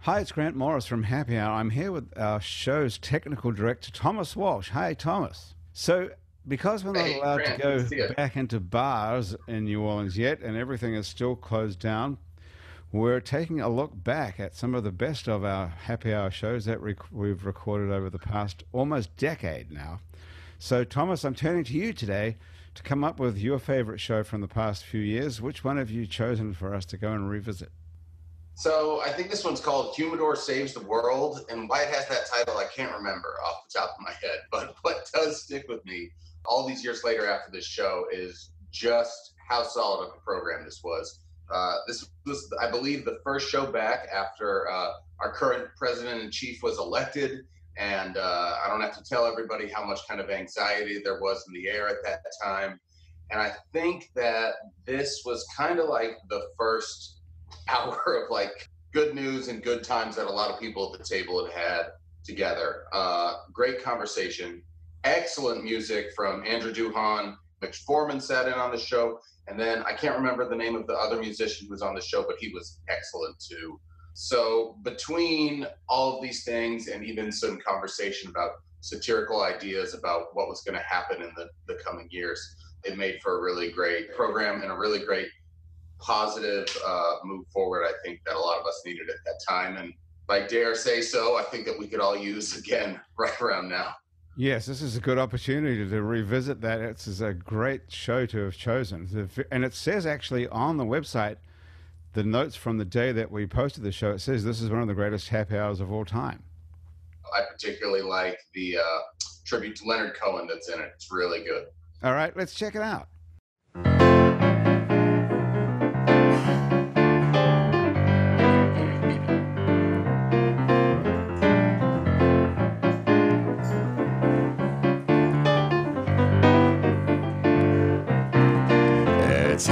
Hi, it's Grant Morris from Happy Hour. I'm here with our show's technical director, Thomas Walsh. Hi, Thomas. So, because we're not Hey, allowed Grant, good to see to you. go back into bars in New Orleans yet, and everything is still closed down, we're taking a look back at some of the best of our Happy Hour shows that rec- we've recorded over the past almost decade now. So, Thomas, I'm turning to you today to come up with your favorite show from the past few years. Which one have you chosen for us to go and revisit? So I think this one's called Humidor Saves the World, and why it has that title, I can't remember off the top of my head. But what does stick with me all these years later after this show is just how solid of a program this was. Uh, this was, I believe, the first show back after uh, our current president in chief was elected. And uh, I don't have to tell everybody how much kind of anxiety there was in the air at that time. And I think that this was kind of like the first hour of like good news and good times that a lot of people at the table had had together. Uh, great conversation, excellent music from Andrew Duhan. Mitch Foreman sat in on the show, and then I can't remember the name of the other musician who was on the show, but he was excellent too. So between all of these things and even some conversation about satirical ideas about what was going to happen in the, the coming years, it made for a really great program and a really great positive uh, move forward. I think that a lot of us needed at that time, and if I dare say so, I think that we could all use again right around now. Yes, this is a good opportunity to revisit that. It's is a great show to have chosen. The- And it says actually on the website, the notes from the day that we posted the show, it says this is one of the greatest happy hours of all time. I particularly like the uh, tribute to Leonard Cohen that's in it. It's really good. All right, let's check it out. It's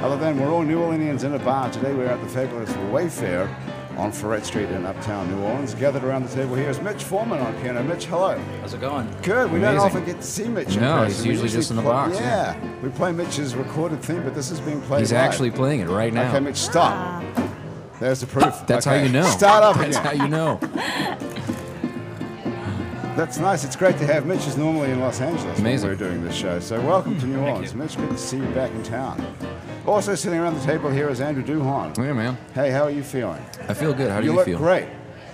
Other than we're all New Orleanians in a bar. Today we're at the fabulous Wayfair on Ferret Street in Uptown New Orleans. Gathered around the table here is Mitch Foreman on piano. Mitch, hello. How's it going? Good. We don't Amazing. often get to see Mitch. in No, person. he's We usually just in the play- box, Yeah. we play Mitch's recorded theme, but this is being played. He's live. actually playing it right now. Ah. Okay, Mitch, stop. There's the proof. That's Okay. how you know. Start up That's again. how you know. That's nice. It's great to have Mitch. Is normally in Los Angeles. when Amazing. Mm, we're doing this show. So welcome to New Orleans, Mitch. Good to see you back in town. Also sitting around the table here is Andrew Duhon. Yeah, man. Hey, how are you feeling? I feel good. How do you you, look feel? great.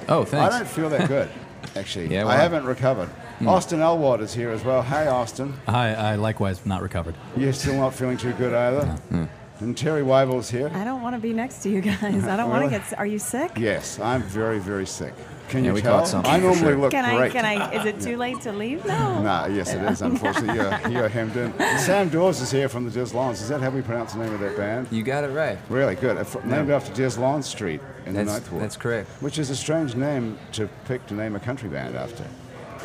Oh, I don't thanks. feel that good, actually. Yeah, I why? Hmm. haven't recovered. Austin Elward is here as well. Hey, Austin. I, I likewise not recovered. You're still not feeling too good either. hmm. And Terry Weibel's here. I don't want to be next to you guys. I don't want to Really? get. s- Are you sick? Yes, I'm very, very sick. Can Yeah, you we tell? caught something I for normally sure. look Can I? great. Can I? Is it too late to leave now? Nah, yes, it is. Unfortunately, you're, you're hemmed in. Sam Dawes is here from the Deslons. Is that how we pronounce the name of that band? You got it right. Really good. Uh, fr- Named after Deslon Street in the That's, Ninth Ward. that's correct. Which is a strange name to pick to name a country band after.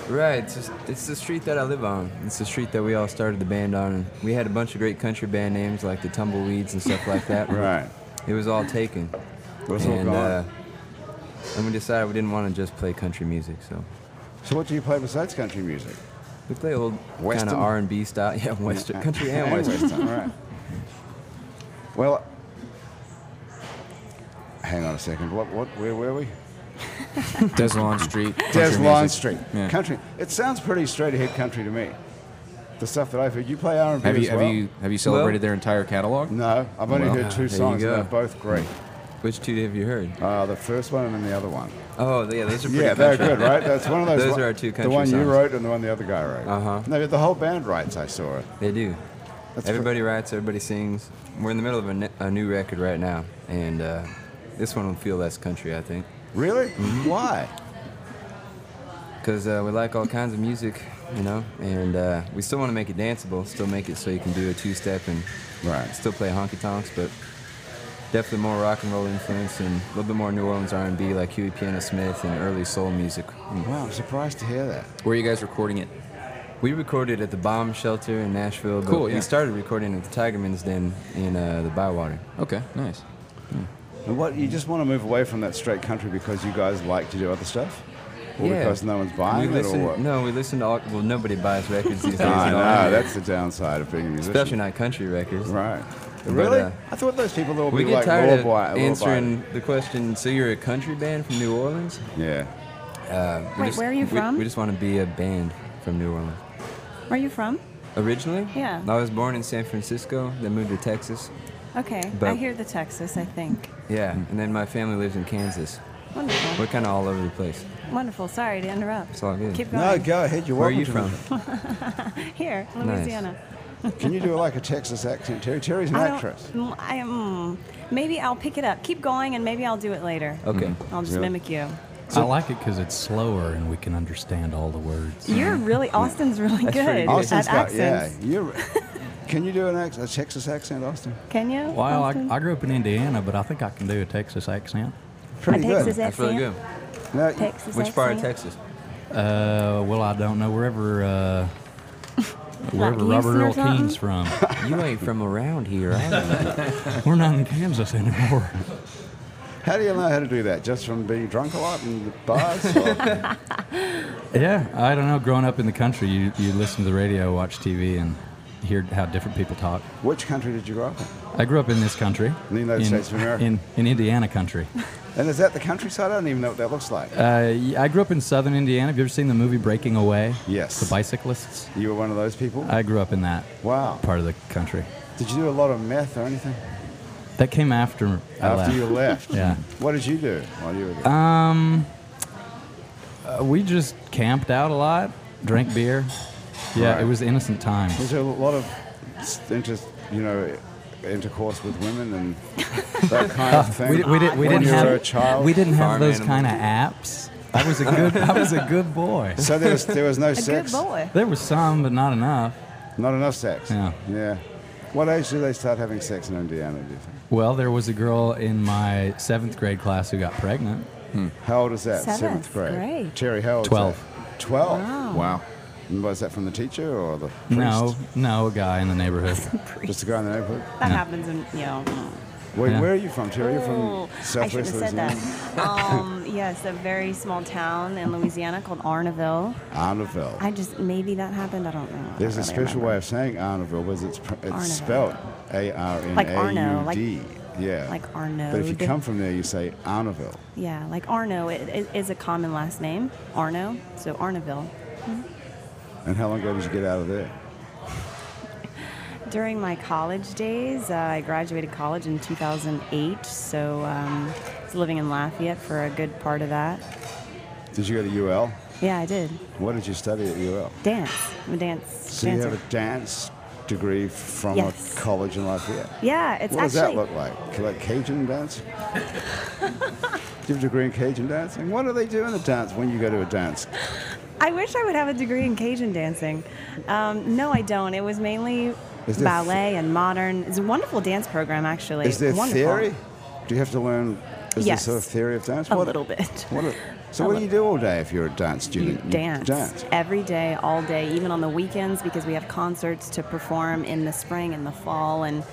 Right, it's, just, it's the street that I live on. It's the street that we all started the band on. And we had a bunch of great country band names like the Tumbleweeds and stuff like that. Right. It was all taken. It was all and, gone. uh, and we decided we didn't want to just play country music, so So what do you play besides country music? we play old kind Western? of R and B style. Yeah, Western country and, Western. Western, all right. Well, hang on a second. What? What? Where were we? Deslon Street. Des country Lyon music. Street. Yeah. Country. It sounds pretty straight ahead country to me. The stuff that I've heard. You play R and B Have you as have well? you have you celebrated Well- their entire catalog? No, I've only Well, heard two you songs, and go. they're both great. Which two have you heard? Uh, the first one and then the other one. Oh, yeah, those are pretty Yeah, they're country. good, right? That's one of those. Those one- are our two The country one you songs. wrote and the one the other guy wrote. Uh-huh. No, the whole band writes. I saw it. They do. That's fr- everybody writes, everybody sings. We're in the middle of a, ne- a new record right now, and uh, this one will feel less country, I think. Really? Why? because uh, we like all kinds of music, you know, and uh, we still want to make it danceable, still make it so you can do a two-step and Right. still play honky tonks, but definitely more rock and roll influence and a little bit more New Orleans R&B like Huey Piano Smith and early soul music. Wow, I'm surprised to hear that. Where are you guys recording it? We recorded at the Bomb Shelter in Nashville. But Cool, yeah. We started recording at the Tigerman's Den in uh, the Bywater. Okay, nice. And what you just want to move away from that straight country because you guys like to do other stuff, or Yeah. because no one's We buying it, or listen- what? No, we listen to all, well, nobody buys records these days. I at all. know that's the downside of being a musician. Especially not country records. Right. Really? uh, I thought those people that would We be get like tired of law boy- law answering the question, so you're a country band from New Orleans? abiding. Yeah. Uh, we Wait, where are you we- from? We just want to be a band from New Orleans. Where are you from? Originally? Yeah. I was born in San Francisco, then moved to Texas. Okay. I But- hear the Texas, I think. Yeah, Mm-hmm. and then my family lives in Kansas. Wonderful. We're kind of all over the place. Wonderful. Sorry to interrupt. It's all good. Keep No, going. go ahead. You're Where are welcome you to from? Oh, Here, Nice. Louisiana. Can you do like a Texas accent, Terry? Terry's an I actress. don't. mm, I am. Maybe I'll pick it up. Keep going, and maybe I'll do it later. Okay. I'll just Yeah. mimic you. I like it because it's slower and we can understand all the words. You're really Austin's really Mm-hmm. That's pretty good good. Austin's at got yeah. accents. You can you do an ac- a Texas accent, Austin? Can you? Well, I, Austin? I grew up in Indiana, but I think I can do a Texas accent. Pretty A good. Texas That's really good. accent? No, you- Texas Which part of accent? Texas? Uh, well, I don't know wherever uh, wherever Houston or Robert Earl something? Keen's from. You ain't from around here, are you? We're not in Kansas anymore. how do you know how to do that? Just from being drunk a lot in the bars? or- Yeah, I don't know. Growing up in the country, you you listen to the radio, watch TV, and hear how different people talk. Which country did you grow up in? I grew up in this country, The United States of America. in in Indiana country. And is that the countryside? I don't even know what that looks like. Uh, I grew up in southern Indiana. Have you ever seen the movie Breaking Away? Yes. The Uh, bicyclists. you were one of those people. I grew up in that wow. part of the country. Did you do a lot of meth or anything That came after I after left. you left? Yeah. What did you do while you were there? Um, uh, we just camped out a lot, drank beer. Yeah, Right. it was innocent times. There's a lot of s- interest, you know, intercourse with women and that kind of thing. We, di- we, did, we when didn't you have were a child. we didn't have Farm those kind of animals. apps. I was a good I was a good boy. so there was, there was no A sex. good boy. There was some, but not enough. Not enough sex. Yeah. Yeah. What age do they start having sex in Indiana, do you think? Well, there was a girl in my seventh grade class who got pregnant. How old is that? Seventh grade. grade. Terry, how old Twelve. is that? Twelve. Wow. Wow. And was that from the teacher or the priest? No, no, a guy in the neighborhood. Just a guy in the neighborhood? That happens in you know. Wait, Yeah. Where are you from, Terry? You're from Oh, I should have southwest said Louisiana? that. um, yes, a very small town in Louisiana called Arneville. Arneville. I just maybe that happened. I don't know. I don't There's a really special remember. way of saying Arneville, but it's, pr- Arneville. it's spelled A R N Like A Arno, U like- D. Yeah. like But if you Arnode. come from there, you say Arneville. Yeah, like Arno i- i- is a common last name. Arno, so Arneville. And how long ago did you get out of there? During my college days, uh, I graduated college in 2008, so um, I was living in Lafayette for a good part of that. Did you go to UL? Yeah, I did What did you study at UL? dance. I'm a dance So you dancer. have a dance degree from Yes. a college in Lafayette. yeah, it's What does that actually look like? Like Cajun dancing? do you have a degree in Cajun dancing? What do they do in a dance when you go to a dance? I wish I would have a degree in Cajun dancing. Um, no, I don't. It was mainly Is there ballet and modern. It's a wonderful dance program, actually. Is there wonderful. theory? Do you have to learn? Is Yes. there sort of theory of dance? A little bit. What a- so what do you do all day if you're a dance You student? dance, every day, all day, even on the weekends because we have concerts to perform in the spring and the fall and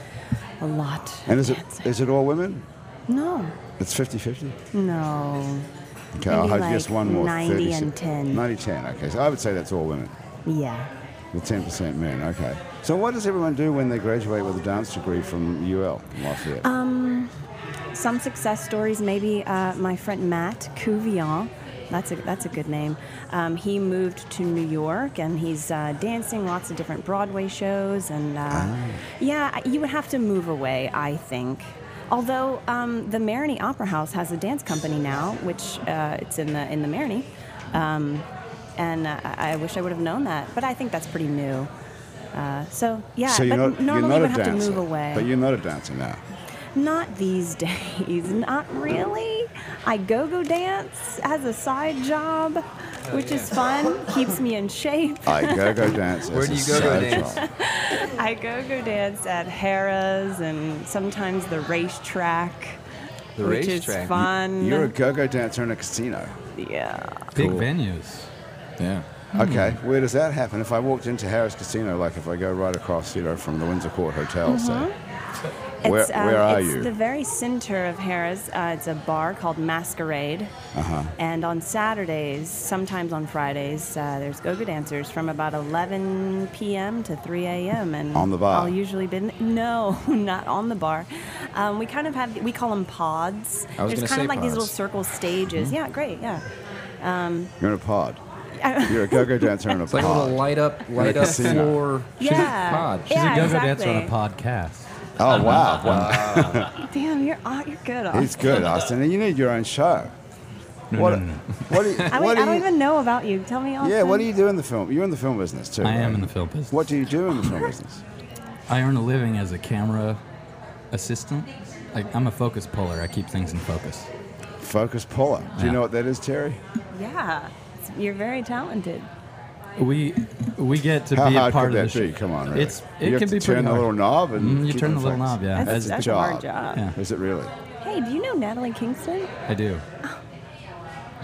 a lot. of And is it dancing. is it all women? No, It's 50-50? no. Okay, I'll Maybe have just like one more. 90 36. and 10. 90 10, okay. So I would say that's all women. Yeah. The 10% men, okay. So what does everyone do when they graduate with a dance degree from UL, Lafayette? Um, Some success stories, maybe uh, my friend Matt Couvion. That's a, that's a good name. Um, he moved to New York and he's uh, dancing lots of different Broadway shows. And uh, Ah. yeah, I- you would have to move away, I think. Although um, the Marini Opera House has a dance company now, which uh, it's in the in the Marini, um, and uh, I I wish I would have known that. But I think that's pretty new. Uh, so yeah, so you're but not, you're not normally you a would have dancer, to move away. but you're not a dancer now. Not these days, not really. I go go dance as a side job, Oh, which is fun, keeps me in shape. Uh, I go go dance. Where as do a you go-go side dance? job. I go go dance at Harrah's and sometimes the racetrack, The which racetrack? is You- fun. You're a go go dancer in a casino. yeah. Big Cool. venues. Yeah. Okay, where does that happen? If I walked into Harris Casino, like if I go right across, you know, from the Windsor Court Hotel, so Mm-hmm. Where- it's, um, where are it's you? the very center of Harrah's. Uh, it's a bar called Masquerade. Uh-huh. And on Saturdays, sometimes on Fridays, uh, there's go-go dancers from about 11 p.m. to 3 a.m. And On the bar? I'll usually be no, not on the bar. Um, we kind of have we call them pods. I was there's gonna kind of say like pods. these little circle Hmm? stages. Yeah, great. Yeah. you're in a pod. You're a go go dancer in a It's like a little pod. light up, light up casino. floor. She's Yeah. a pod. She's She's Yeah, a go-go dancer on a exactly. podcast. Oh, wow. wow. Damn, you're aw- you're good. He's Austin. good, Austin. And you need your own show. No, What, no, no, no. what do you, I, what mean, I do don't you, even know about you. Tell me, Austin. Yeah, what do you do in the film? You're in the film business too. I am right? in the film business. What do you do in the film business? I earn a living as a camera assistant. Like I'm a focus puller. I keep things in focus. Focus puller. Do you Yeah. know what that is, Terry? Yeah, you're very talented. We we get to How be a hard part could of that the be? show. Come on, really. It's it you can have be to pretty turn the hard. little knob and Mm, you keep turn it the little focused. knob, yeah. That's- As that's the a hard job. Yeah, Is it really? Hey, do you know Natalie Kingston? I do.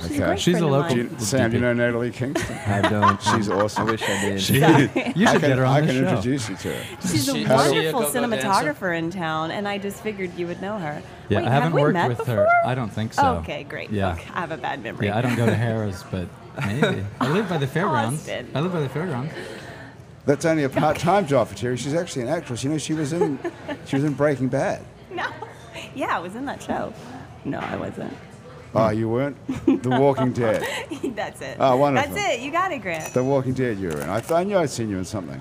She's Okay. a great She's a friend of local- Do mine. you, Sam, do you know Natalie Kingston? I don't. She's awesome. I wish I did. She- You I should can, get her on I the can show. introduce you to her. She's a She's a wonderful go-go cinematographer in town, and I just figured you would know her. Yeah, Wait, I haven't have we worked met with before? her. I don't think so. Okay, great. Yeah, Okay, I have a bad memory. yeah. I don't go to Harris, but maybe I live by the fairgrounds. Austin. I live by the fairgrounds. That's only a part-time job for Terry. She's actually an actress. You know, she was in, she was in Breaking Bad. No. Yeah, I was in that show. No, I wasn't. Oh, you weren't? The Walking Dead. That's it. Oh, wonderful. That's it. You got it, Grant. The Walking Dead you were in. I, th- I knew I'd seen you in something.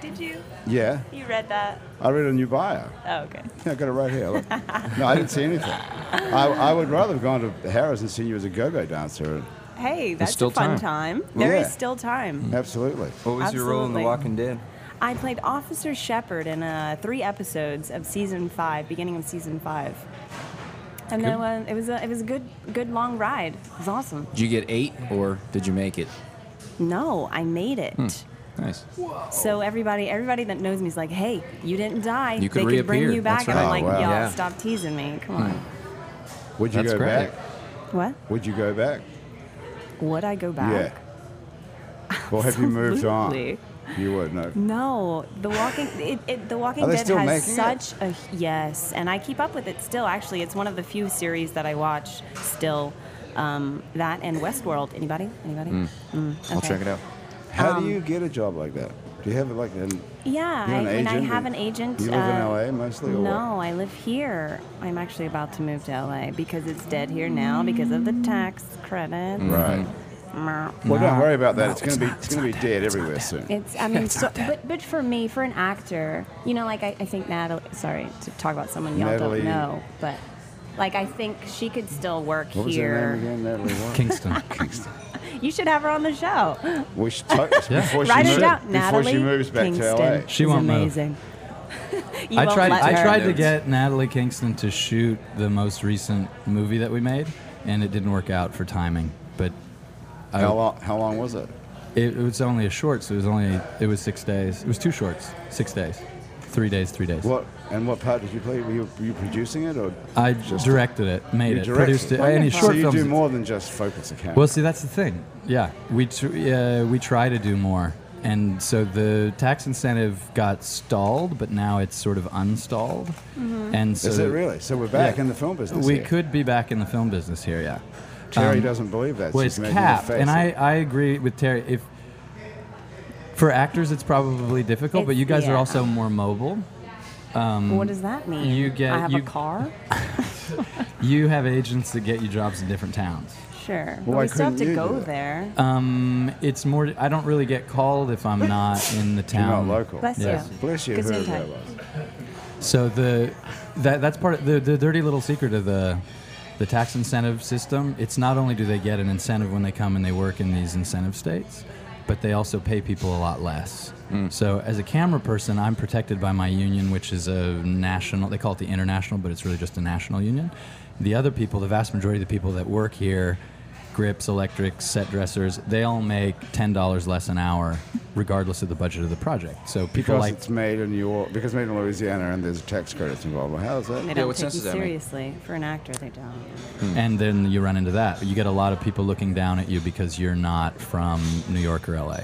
Did you? Yeah, You read that? I read a new bio. Oh, okay. Yeah, I got it right here. Look. No, I didn't see anything. I, I would rather have gone to Harris and seen you as a go-go dancer. Hey, that's still a fun time. time. There is Yeah. still time. Absolutely. What was your role in The Absolutely. Walking Dead? I played Officer Shepard in uh, three episodes of season five, beginning of season five. And then uh, it was a it was a good good long ride. It was awesome. Did you get eight or did you make it? No, I made it. Hmm. Nice. So everybody everybody that knows me is like, hey, you didn't die. You could they could bring reappear. you back, That's and I'm right. like, Oh, wow. y'all Yeah. stop teasing me. Come on. Hmm. Would you That's go great. back? What? Would you go back? Would I go back? Yeah. Or have you moved on? Absolutely. You would, no. No, The Walking it, it, The Walking Are they Dead still has making it? such a yes, and I keep up with it still. Actually, it's one of the few series that I watch still. Um, that and Westworld. Anybody? Anybody? Hmm. Mm, I'll okay. check it out. How do you get a job like that? Do you have like an, Yeah, You're I, an and I agent have and- an agent. you live in uh, LA mostly, or no, I live here. I'm actually about to move to LA because it's dead here now because of the tax credit. Hmm. right? Mer- Well, don't worry about that. it's it's going to be not- it's, it's going to be not dead that. It's everywhere not soon. It's, I mean, It's so, not that. but but for me, for an actor, you know, like I, I think Natalie. Sorry to talk about someone y'all Natalie- don't know, but like I think she could still work What was her here. name again? Natalie what? Kingston. Kingston. You should have her on the show. We should talk before, she Write it moves, down, before she Natalie moves back Kingston. to LA. She is won't move. amazing. you I won't tried. Let I her. tried to Notes. get Natalie Kingston to shoot the most recent movie that we made, and it didn't work out for timing. But I, How long, how long was it? It, it was only a short, so it was only it was six days. It was two shorts, six days, three days, three days. What and what part did you play? Were you, were you producing it or I directed it, made you it, directed produced it. Any So short you films. do more than just focus the camera. Well, see, that's the thing. Yeah, we tr- uh, we try to do more, and so the tax incentive got stalled, but now it's sort of unstalled, Mm-hmm. and so Is it really? So we're back Yeah. in the film business. we here. could be back in the film business here. Yeah, Terry Um, doesn't believe that. Well, She's it's making a capped, face and at I, me. I agree with Terry. If for actors, it's probably difficult, but It's- you guys are yeah. also more mobile. what does that mean? you get- I have you- a car. You have agents that get you jobs in different towns. Sure, why but we still have couldn't to you do go that? there. Um, it's more. I don't really get called if I'm not in the You're not town. local. Bless Yes. you. Bless you. Gesundheit. Whoever that was. So the that that's part of the the dirty little secret of the the tax incentive system. It's not only do they get an incentive when they come and they work in these incentive states, but they also pay people a lot less. Hmm. So as a camera person, I'm protected by my union, which is a national. They call it the international, but it's really just a national union. The other people, the vast majority of the people that work here, grips, electrics, set dressers, they all make ten dollars less an hour, regardless of the budget of the project. So people Because like it's made in New York, because made in Louisiana, and there's tax credits involved. Well, how's They that? don't what take sense you does that make? seriously. For an actor, they don't. Hmm. and then you run into that. You get a lot of people looking down at you because you're not from New York or LA.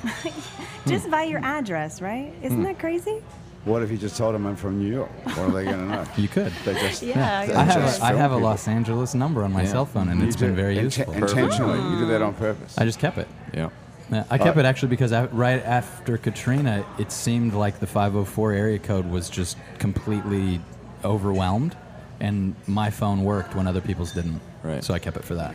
Just by your address, right? Isn't Hmm. that crazy? What if you just told them I'm from New York? What are they going to know? You could. They just Yeah. They I have, just a, I film have a people. Los Angeles number on my Yeah. cell phone, and You it's do- been very inten- useful. Intentionally, you do that on Mm-hmm. purpose. I just kept it. Yeah. Yeah, I Uh, kept it actually because I, right after Katrina, it seemed like the 504 area code was just completely overwhelmed, and my phone worked when other people's didn't. Right. So I kept it for that.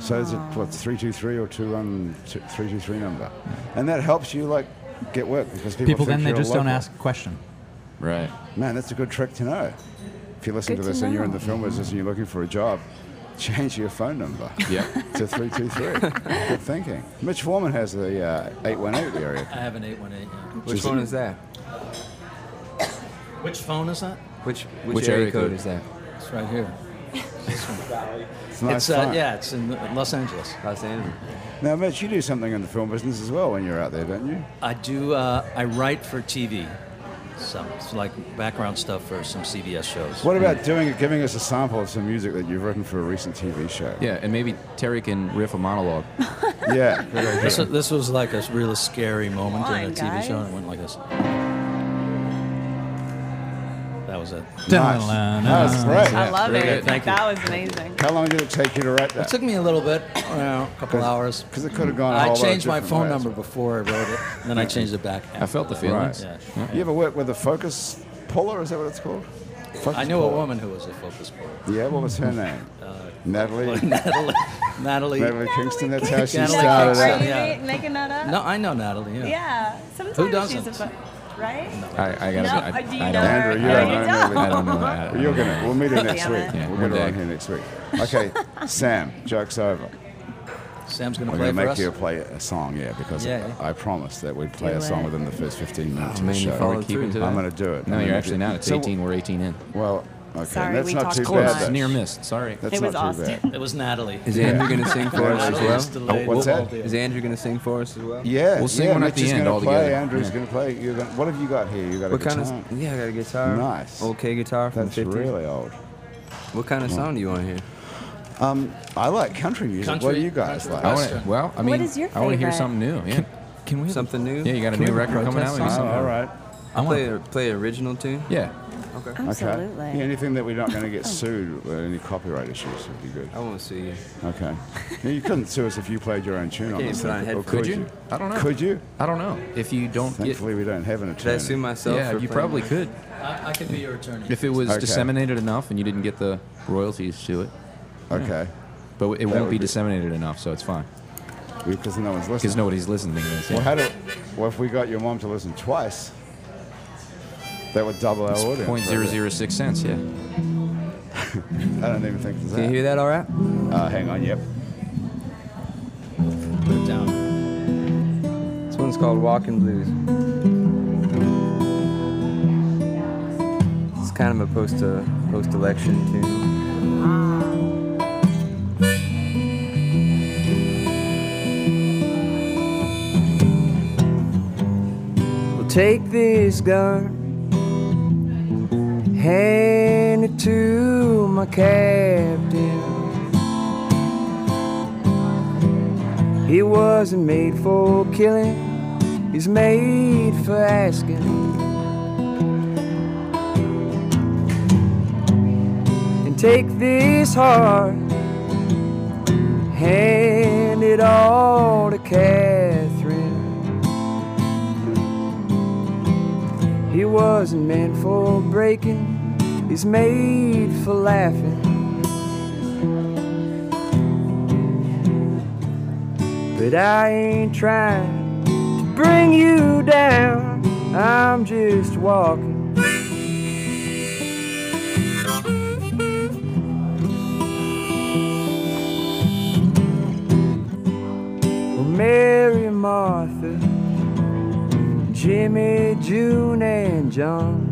So is it what's three two three or two one two- three two three number, and that helps you like get work because people, People think then they you're a just don't local. ask a question. Right. Man, that's a good trick to know. If you listen to Good to this and you're in know. the film business and you're looking for a job, change your phone number. Yep. To three two three. Good thinking. Mitch Foreman has the uh, eight one eight area. I have an 818. Yeah. Which Just- one is that? Which phone is that? Which which, Which area area code code? is that? It's right here. It's a nice it's uh, phone. yeah, it's in Los Angeles. Los Angeles. Now, Mitch, you do something in the film business as well when you're out there, don't you? I do. Uh, I write for TV, so it's like background stuff for some CBS shows. What about doing giving us a sample of some music that you've written for a recent TV show? Yeah, and maybe Terry can riff a monologue. Yeah, good idea. This, this was like a real scary moment Come in a on, TV show, and guys. it went like this. That was it. Nice. That was great. I love really it. good. Thank that was amazing. How long did it take you to write It that? took me a little bit, you know, a couple hours. Because it could have gone. a I whole lot of changed my different phone ways. number before I wrote it, and then I changed it back. I felt the feelings. Right. Yeah. You ever work with a focus puller? Is that what it's called? Focus I knew a puller. woman who was a focus puller. Yeah, what was her name? Natalie. Natalie. Natalie. Natalie Kingston. That's how she Natalie started Kingston. Are you out. Yeah. ma- making that up? No, I know Natalie. Yeah. Yeah. Sometimes she's doesn't? a fun, right? I, I gotta. No, I, uh, do you I know don't. her? Andrew, you No, don't you know don't. Natalie. I don't know. I, I Well, You're don't know. gonna. We'll meet her next Damn week. it. Yeah, we'll one get her on day. here next week. Okay, Sam. Joke's over. Sam's gonna We're play gonna for make us. you play a song, yeah, because Yeah, yeah. I promised that we'd play Do a song it. within the first 15 minutes of the man, you show. followed We're keeping to through. that. I'm gonna do it. No, I'm you're gonna actually do- not. It's So- 18. We're 18 in. Well, okay, Sorry, that's we not talked too close. bad. It's though. near miss. Sorry. That's It was not too Austin. bad. It was Natalie. Is Andrew going to sing for us Natalie is as well? delayed. what's that? Is Andrew going to sing for us as well? Yeah, We'll sing yeah, one at Mitch the is end gonna all play, together. Andrew's Yeah. going to play. You're gonna, what have you got here? You got What a kind guitar. of? Yeah, I got a guitar. Nice. Old K guitar from That's the 50s. really old. What kind of song do you want to hear? I like country music. what do Country- you guys country. like? I wanna, well, I mean, is your I want to hear favorite? something new. Yeah. Can we? Something new? Yeah, you got a Can we new have a record coming protest out. Maybe song? Oh, something. all right. I want Play play original tune. Yeah. Absolutely. Oh. Okay. Yeah, anything that we're not going to get sued with any copyright issues would be good. I won't see you. Okay. now, you couldn't sue us if you played your own tune on can't this. put on a or headphone. could Could you? you? I don't know. Could you? I don't know. If you don't get. Thankfully, we don't have an Should I sue attorney. myself? Yeah, for you playing probably that? could. I, I could be your attorney. If it was Okay. disseminated enough and you didn't get the royalties to it. Okay. But it would won't be- be disseminated enough, so it's fine. Because no one's Because listening. nobody's listening to this. Well, Yeah. how do, well, if we got your mom to listen twice, that would double our audience. Point zero wouldn't it? zero six cents. Yeah. I don't even think there's that. Can you hear that all right? Uh, hang on, yep. Put it down. This one's called Walking Blues. It's kind of a post post election tune. We'll take this gun, hand it to my captain. He wasn't made for killing, he's made for asking. And take this heart, hand it all to Catherine. He wasn't meant for breaking, he's made for laughing. But I ain't trying to bring you down. I'm just walking. Well, Mary and Martha, Jimmy, June, and John.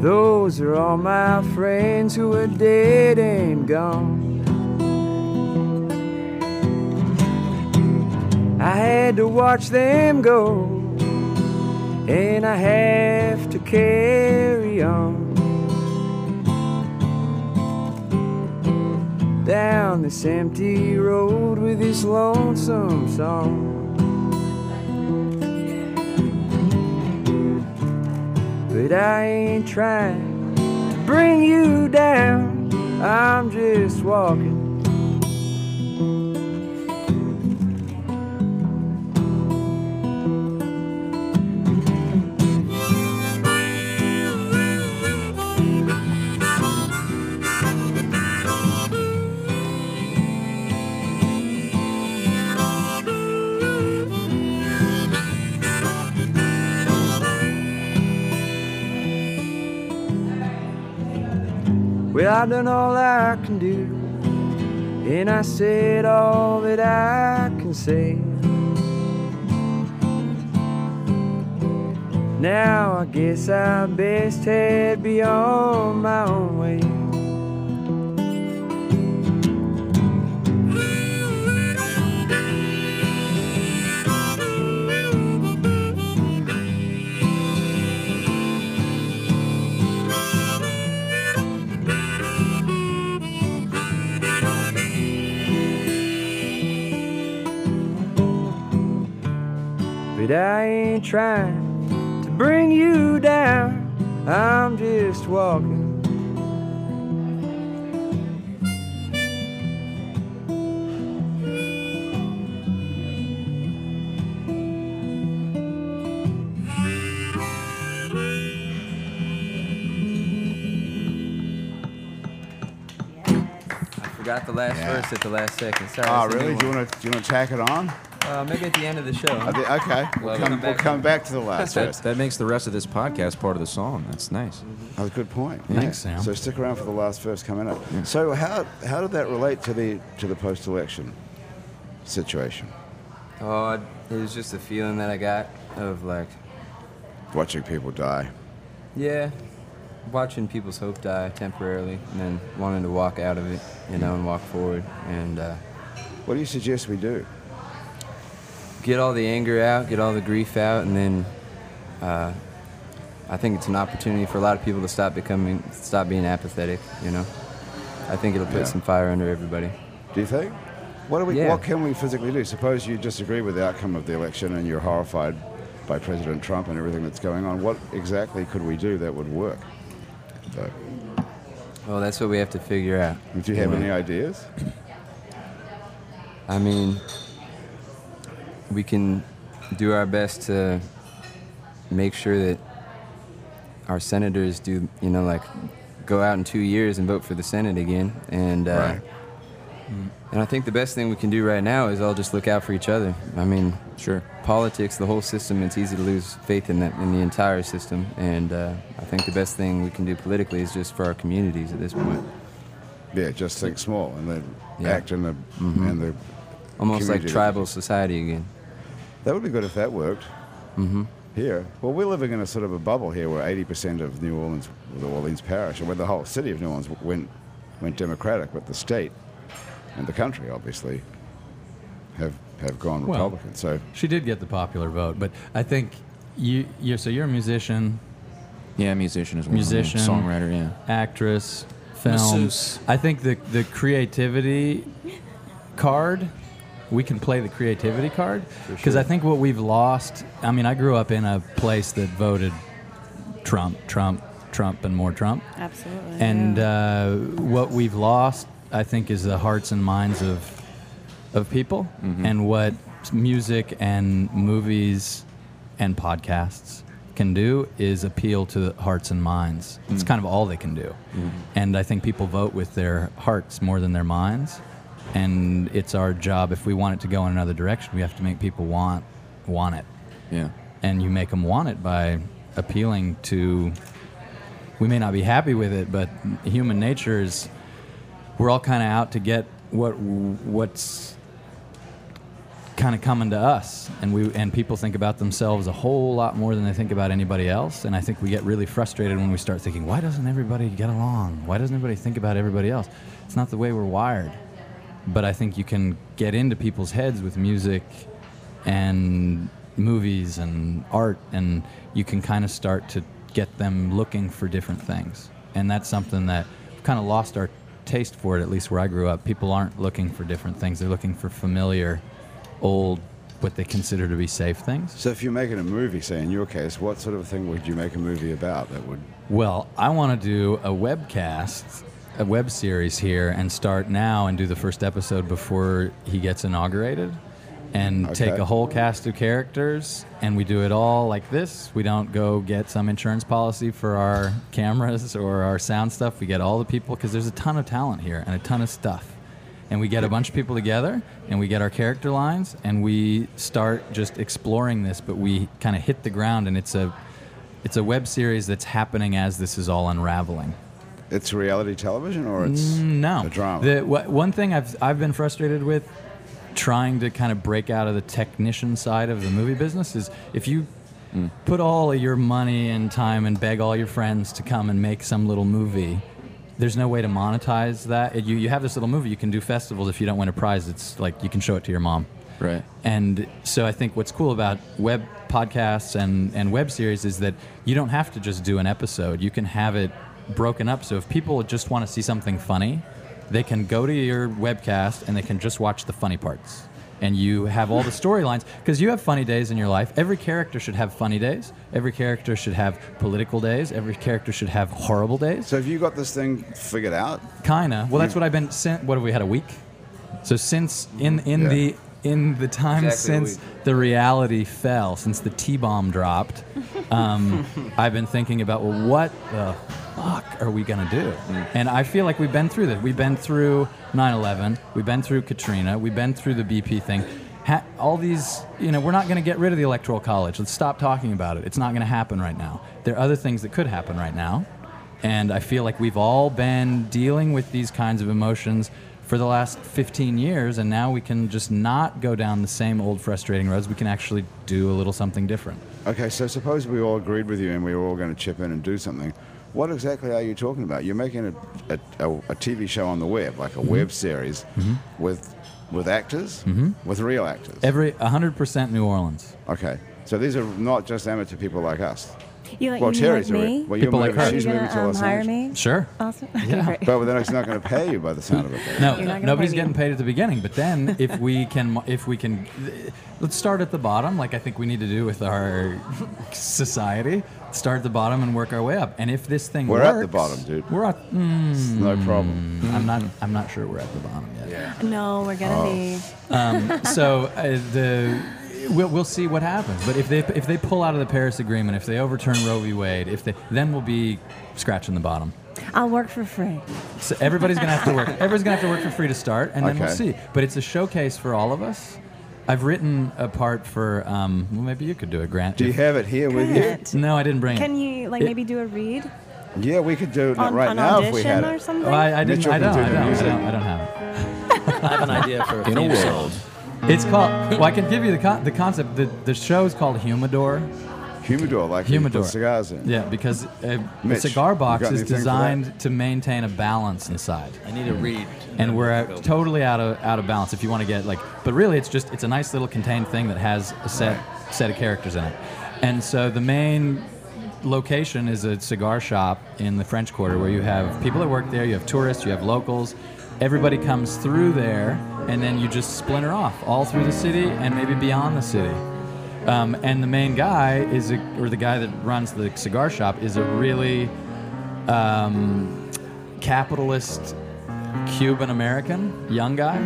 Those are all my friends who are dead and gone. I had to watch them go, and I have to carry on. down this empty road with this lonesome song. But I ain't trying to bring you down, I'm just walking. Well, I done all I can do, and I said all that I can say. Now I guess I best head beyond my own way. But I ain't trying to bring you down, I'm just walking. I forgot the last Yeah. verse at the last second. Sorry. Oh, it's a new really? Do you one. want to do you want to tack it on? Uh, maybe at the end of the show. I think- Okay, we'll Well, come, come we'll back. come back to the last That, verse. that makes the rest of this podcast part of the song. That's nice. That's a good point. Thanks, Sam. So stick around for the last verse coming up. So how how did that relate to the to the post election situation? Oh, I- it was just a feeling that I got of like, Watching people die. yeah, watching people's hope die temporarily, and then wanting to walk out of it, you know, and walk forward, and uh, What do you suggest we do? get all the anger out, get all the grief out, and then uh, I think it's an opportunity for a lot of people to stop becoming, stop being apathetic, you know. I think it'll put Yeah. some fire under everybody. Do you think? What do we? Yeah. What can we physically do? Suppose you disagree with the outcome of the election and you're horrified by President Trump and everything that's going on. What exactly could we do that would work? So, Well, that's what we have to figure out. do you have know. any ideas? I mean, we can do our best to make sure that our senators do, you know, like go out in two years and vote for the Senate again. And uh, Right. and I think the best thing we can do right now is all just look out for each other. I mean, Sure. politics, the whole system, it's easy to lose faith in that in the entire system. And uh, I think the best thing we can do politically is just for our communities at this point. Yeah, just think small and then Yeah. act in the in the Almost like community. tribal society again. That would be good if that worked. Mm-hmm. Here, well, we're living in a sort of a bubble here, where 80% of New Orleans, the Orleans parish, and where the whole city of New Orleans w- went went democratic, but the state and the country, obviously, have have gone Well, Republican. So She did get the popular vote, but I think you you so you're a musician, Yeah, musician as well. musician, Yeah, songwriter. Yeah. actress, film. Masseuse. I think the the creativity card. We can play the creativity card because I think what we've lost. I mean, I grew up in a place that voted Trump, Trump, Trump, and more Trump. Absolutely. And yeah. uh, what we've lost, I think, is the hearts and minds of of people, and what music and movies and podcasts can do is appeal to the hearts and minds. It's kind of all they can do, and I think people vote with their hearts more than their minds. And it's our job if we want it to go in another direction, we have to make people want want it Yeah. and you make them want it by appealing to we may not be happy with it but human nature is we're all kind of out to get what what's kind of coming to us and we and people think about themselves a whole lot more than they think about anybody else and i think we get really frustrated when we start thinking why doesn't everybody get along why doesn't everybody think about everybody else it's not the way we're wired but i think you can get into people's heads with music and movies and art and you can kind of start to get them looking for different things and that's something that we've kind of lost our taste for it at least where i grew up people aren't looking for different things they're looking for familiar old what they consider to be safe things So if you're making a movie, say in your case, what sort of thing would you make a movie about that would? well i want to do a webcast a web series here and start now and do the first episode before he gets inaugurated and take Okay. a whole cast of characters and we do it all like this we don't go get some insurance policy for our cameras or our sound stuff we get all the people because there's a ton of talent here and a ton of stuff and we get a bunch of people together and we get our character lines and we start just exploring this but we kind of hit the ground and it's a it's a web series that's happening as this is all unraveling It's reality television or it's no a drama. The, wh- one thing I've I've been frustrated with trying to kind of break out of the technician side of the movie business is if you Hmm. put all of your money and time and beg all your friends to come and make some little movie. There's no way to monetize that. You, you have this little movie. You can do festivals if you don't win a prize. It's like you can show it to your mom. Right. And so I think what's cool about web podcasts and, and web series is that you don't have to just do an episode. You can have it broken up. So if people just want to see something funny, they can go to your webcast and they can just watch the funny parts. And you have all the storylines because you have funny days in your life. Every character should have funny days. Every character should have political days. Every character should have horrible days. so have you got this thing figured out? Kinda. Well, that's Hmm. what I've been. Since, what have we had a week? So since in in Yeah. the in the time Exactly a since the reality fell, since the T bomb dropped, um, I've been thinking about well, what the fuck are we gonna do? And I feel like we've been through this. We've been through 9/11. We've been through Katrina. We've been through the BP thing. Ha- all these, you know, we're not going to get rid of the Electoral College. Let's stop talking about it. It's not going to happen right now. There are other things that could happen right now. And I feel like we've all been dealing with these kinds of emotions for the last 15 years, and now we can just not go down the same old frustrating roads. We can actually do a little something different. Okay, so suppose we all agreed with you and we were all going to chip in and do something. What exactly are you talking about? You're making a, a, a, a TV show on the web, like a Mm-hmm. web series, with with actors, mm-hmm. with real actors. Every 100% New Orleans. okay, so these are not just amateur people like us. You like Well, you Terry's like a re- me? well, you're People like moving- her. Are you she's gonna moving to um, Los hire Angeles. me? Sure. Awesome. Okay, Yeah. great. But then it's not going to pay you by the sound of it. though. No, You're not gonna nobody's pay me. getting paid at the beginning. But then, if we can, if we can, let's start at the bottom, like I think we need to do with our society. Start at the bottom and work our way up. And if this thing We're works, at the bottom, dude. We're at. mm, It's no problem. Mm-hmm. I'm not. I'm not sure we're at the bottom yet. Yeah. No, we're gonna Oh. be. so uh, the we'll, we'll see what happens. But if they if they pull out of the Paris Agreement, if they overturn Roe v. Wade, if they then we'll be scratching the bottom. I'll work for free. So everybody's gonna have to work. Everybody's gonna have to work for free to start, and then we'll Okay. see. But it's a showcase for all of us. I've written a part for. Um, well, maybe you could do a Grant. Do you If- have it here with you? Good. no, I didn't bring Can it. you like Mm. It- maybe do a read Yeah, we could do it on, right on now audition if we had or it. something? Oh, I, I didn't. Mitchell I can don't. do I the don't, I music. don't. I don't have it. I have an idea for a In a theme song. world. It's called. Well, I can give you the con- the concept. The the show is called Humidor. Humidor, like you put humidor cigars in. Yeah, because a, a Mitch, cigar you box got is anything for that? designed to maintain a balance inside, I need to read. and we're at- totally out of out of balance. If you want to get like, but really, it's just it's a nice little contained thing that has a set set of characters in it, and so the main location is a cigar shop in the French Quarter where you have people that work there, you have tourists, you have locals. Everybody comes through there, and then you just splinter off all through the city and maybe beyond the city. Um, and the main guy is, a, or the guy that runs the cigar shop, is a really um, capitalist Cuban American young guy,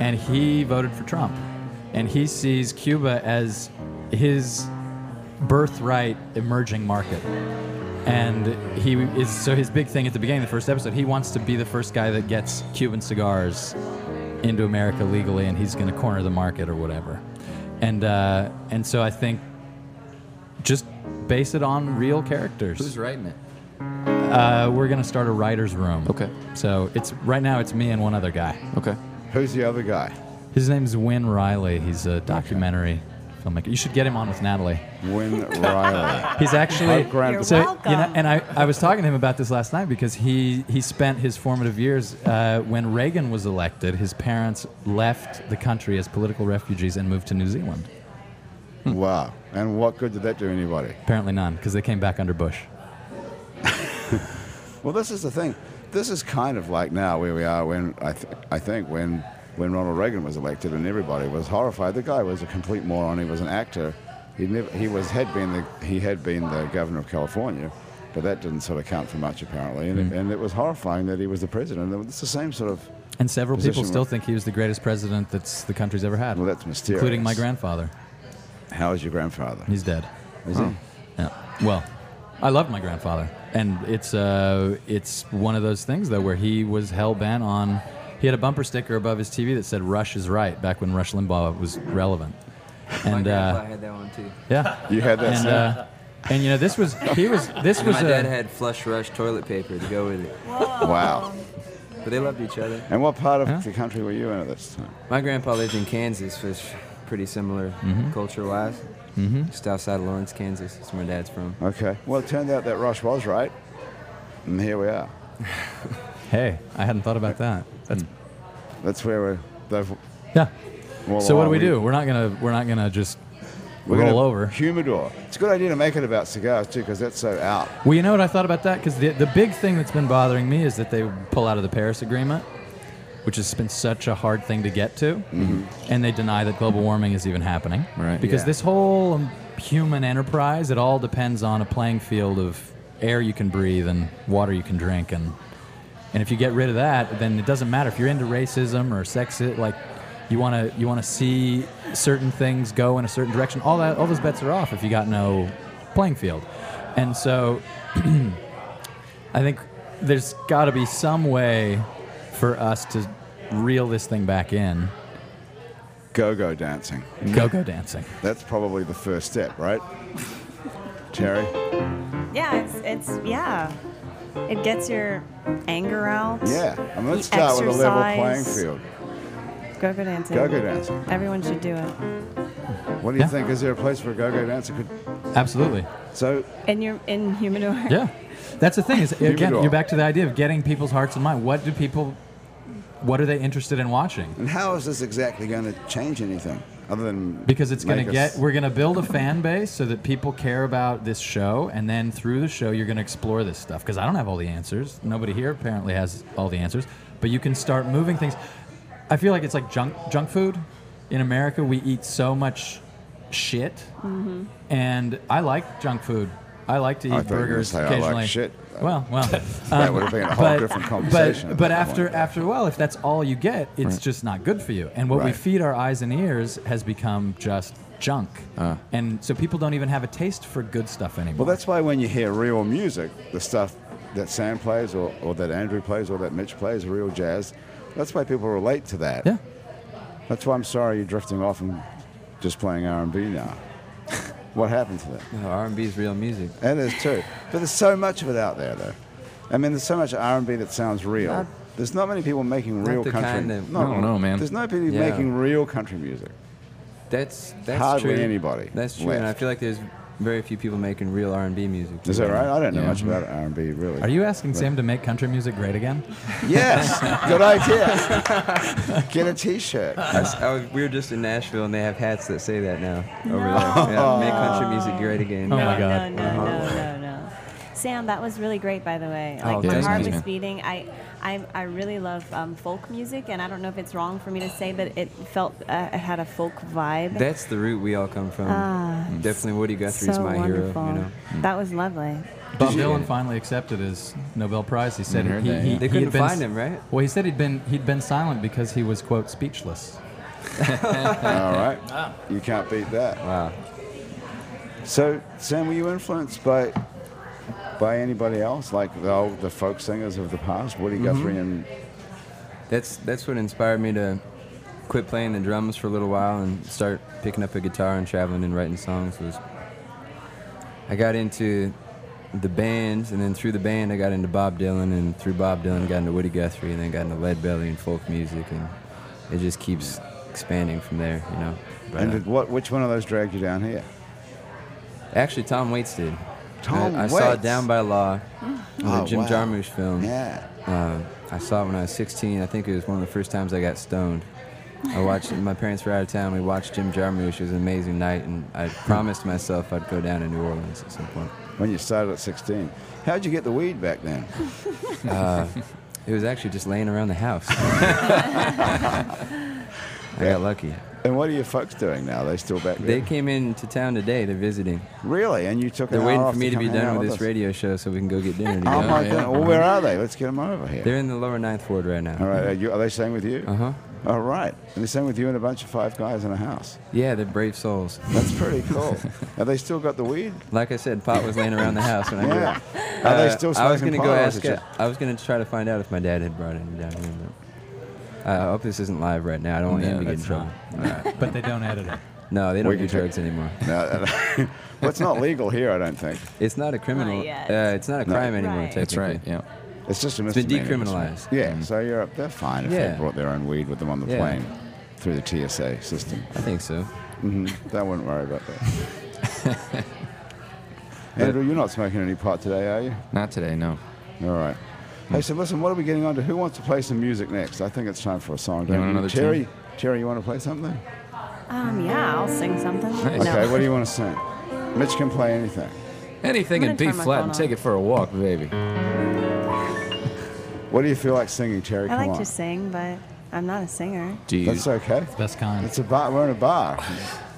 and he voted for Trump. And he sees Cuba as his birthright emerging market. And he is so his big thing at the beginning of the first episode, he wants to be the first guy that gets Cuban cigars into America legally, and he's going to corner the market or whatever. And uh, and so I think just base it on real characters. Who's writing it? Uh, we're going to start a writer's room. Okay. So it's right now it's me and one other guy. Okay. Who's the other guy? His name's Win Riley. He's a documentary filmmaker. You should get him on with Natalie. Win Riley. He's Oh, actually grand- You're welcome. you know, and I, I was talking to him about this last night because he he spent his formative years uh, when Reagan was elected. His parents left the country as political refugees and moved to New Zealand. wow. And what good did that do anybody? Apparently none, because they came back under Bush. Well, this is the thing. This is kind of like now where we are when I, th- I think when when Ronald Reagan was elected and everybody was horrified. The guy was a complete moron. He was an actor. He never, he was had been the he had been the governor of California, but that didn't sort of count for much apparently. And, it, and it was horrifying that he was the president. It's the same sort of And several people Position still with- think he was the greatest president that's the country's ever had. well, that's mysterious. including my grandfather. How is your grandfather? He's dead. Is he? Yeah. Well, I loved my grandfather, and it's uh, it's one of those things though where he was hell bent on. He had a bumper sticker above his TV that said "Rush is right" back when Rush Limbaugh was relevant. My And grandpa uh, had that one too. yeah, You had that. and same- uh, and you know this was he was this And was my dad a, had Flush Rush toilet paper to go with it. uh, wow. But they loved each other. And what part of the country were you in at this time? My grandpa lived in Kansas, which pretty similar culture-wise. Just outside of Lawrence, Kansas. That's where my dad's from. Okay. Well, it turned out that Rush was right, and here we are. hey, I hadn't thought about that. That's Hmm. That's where we're. They've, yeah. well, So what do are we do? We're not gonna we're not gonna just We're roll gonna- over. Humidor. It's a good idea to make it about cigars too, because that's so out. Well, you know what I thought about that? Because the, the big thing that's been bothering me is that they pull out of the Paris Agreement, which has been such a hard thing to get to, and they deny that global warming is even happening. Right. Because Yeah. this whole um, human enterprise, it all depends on a playing field of air you can breathe and water you can drink, and and if you get rid of that, then it doesn't matter if you're into racism or sexism, like. You want to you want to see certain things go in a certain direction. All that all those bets are off if you got no playing field. And so I think there's got to be some way for us to reel this thing back in. Go-go dancing. Go-go dancing. That's probably the first step, right? Terry. Yeah, it's, it's yeah. It gets your anger out. Yeah. I mean, You let's start with a level playing exercise. field. Go-go dancing. Go-go dancing. Everyone should do it. What do you Yeah. think? Is there a place where a go-go dancer could? Absolutely. So In your in humidor. Yeah. That's the thing is again draw. you're back to the idea of getting people's hearts and mind. What do people what are they interested in watching? And how is this exactly going to change anything other than Because it's going make to us- get we're going to build a fan base so that people care about this show and then through the show you're going to explore this stuff because I don't have all the answers. Nobody here apparently has all the answers, but you can start moving things. I feel like it's like junk junk food. In America, we eat so much shit. And I like junk food. I like to eat I thought you were gonna burgers say I like occasionally. shit. Well, well. That um, would have been a whole different conversation. But, at but that after point. after a while, if that's all you get, it's just not good for you. And what we Right. feed our eyes and ears has become just junk. Uh. and so people don't even have a taste for good stuff anymore. Well, that's why when you hear real music, the stuff that Sam plays or, or that Andrew plays or that Mitch plays, real jazz, that's why people relate to that. yeah. That's why I'm sorry you're drifting off and just playing R&B now. what happened to that? No, R&B is real music. That is too. But there's so much of it out there, though. I mean, there's so much R&B that sounds real. Not- there's not many people making real the country. kind that- no, I don't know, man. There's no people Yeah. making real country music. That's that's Hardly true. anybody That's true, and I left. feel like there's very few people making real R&B music. Is that right? I don't know Yeah. much about R&B, really. Are you asking Sam to make country music great again? Yes, good idea. Get a T-shirt. I s- I was- we were just in Nashville, and they have hats that say that now over there. Yeah, make country music great again. Oh my no, God. No, no, no, no, no. Sam, that was really great, by the way. Like Oh, my thank heart you. was beating. I, I, I really love um, folk music, and I don't know if it's wrong for me to say, but it felt uh, it had a folk vibe. That's the root we all come from. Definitely Woody Guthrie's Ah. so my wonderful. hero. You know, That was lovely. Bob Dylan finally accepted his Nobel Prize. He said heard he, that, he, yeah. They he couldn't had been, find him, right? Well, he said he'd been he'd been silent because he was quote speechless. All right, you can't beat that. wow. So, Sam, were you influenced by by anybody else, like the old, the folk singers of the past, Mm-hmm. Woody Guthrie and That's that's what inspired me to quit playing the drums for a little while and start picking up a guitar and traveling and writing songs. Was I got into the bands, and then through the band, I got into Bob Dylan, and through Bob Dylan, got into Woody Guthrie, and then got into Lead Belly and folk music, and it just keeps expanding from there, you know. But, And uh, did what? Which one of those dragged you down here? actually, Tom Waits did. Tom I, I saw Waits. Down by Law, the Oh, Jim wow. Jarmusch film. Yeah. Uh, I saw it when I was 16. I think it was one of the first times I got stoned. I watched. my parents were out of town. We watched Jim Jarmusch. It was an amazing night, and I promised myself I'd go down to New Orleans at some point. When you started at 16, how'd you get the weed back then? It was actually just laying around the house. I got lucky. And what are your folks doing now? Are they still back there? They came into town today. They're visiting. really? And you took. They're an waiting hour for me off to be come hang done out with this us? radio show so we can go get dinner together. Oh my Yeah, god! Well, where are they? Let's get them over here. They're in the lower ninth ward right now. All right. Are, you, are they staying with you? Uh huh. All right. And they're staying with you and a bunch of five guys in a house. Yeah, they're brave souls. That's pretty cool. have they still got the weed? Like I said, pot was laying around the house when I grew Yeah. up. Are they Uh, still I was smoking gonna pot go or is ask. it just- I was gonna try to find out if my dad had brought any down here. But uh, I hope this isn't live right now. I don't want him to get in that's trouble. not. But they don't edit it. No, they don't can do take- drugs anymore. No, no, no. well, it's not legal here, I don't think. It's not a criminal. yet. Uh, it's not a crime anymore. Right. That's right. technically. Yeah. It's just a been misdemeanor. decriminalized. Mm. Yeah, so you're up. They're fine if Yeah. they brought their own weed with them on the Yeah. plane through the TSA system. I think so. hmm They wouldn't worry about that. Andrew, you're not smoking any pot today, are you? Not today, no. All right. Hmm. Hey, so listen, what are we getting on to? Who wants to play some music next? I think it's time for a song. don't want you? another Terry, tune? Terry, you want to play something? Um, yeah, I'll sing something. Nice. No. Okay, what do you want to sing? Mitch can play anything. Anything I'm in B gonna turn my flat phone and take on. it for a walk, baby. What do you feel like singing, Terry? I Come like on. to sing, but I'm not a singer. Do you, That's okay. Best kind. It's a bar. We're in a bar.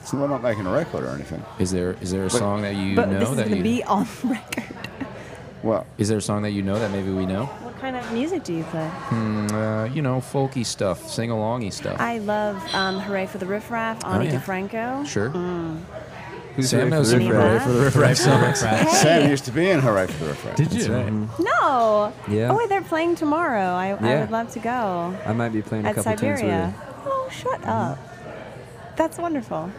So we're not making a record or anything. is there is there a song that you but know this is that gonna you be on record. Well, is there a song that you know that maybe we know? What kind of music do you play? Uh, you know, folky stuff, sing alongy stuff. I love um, "Hooray for the Riff Raff," Ani yeah. DeFranco. sure. Who's Sam ready for knows the Any of riff-raff? that? Sam used to be in Hooray for the Refrain. Did you? No. Yeah. Oh, wait, they're playing tomorrow. I, I Yeah. would love to go I might be playing a Mm-hmm. at couple tunes with Siberia. her. Oh, shut up. That's wonderful.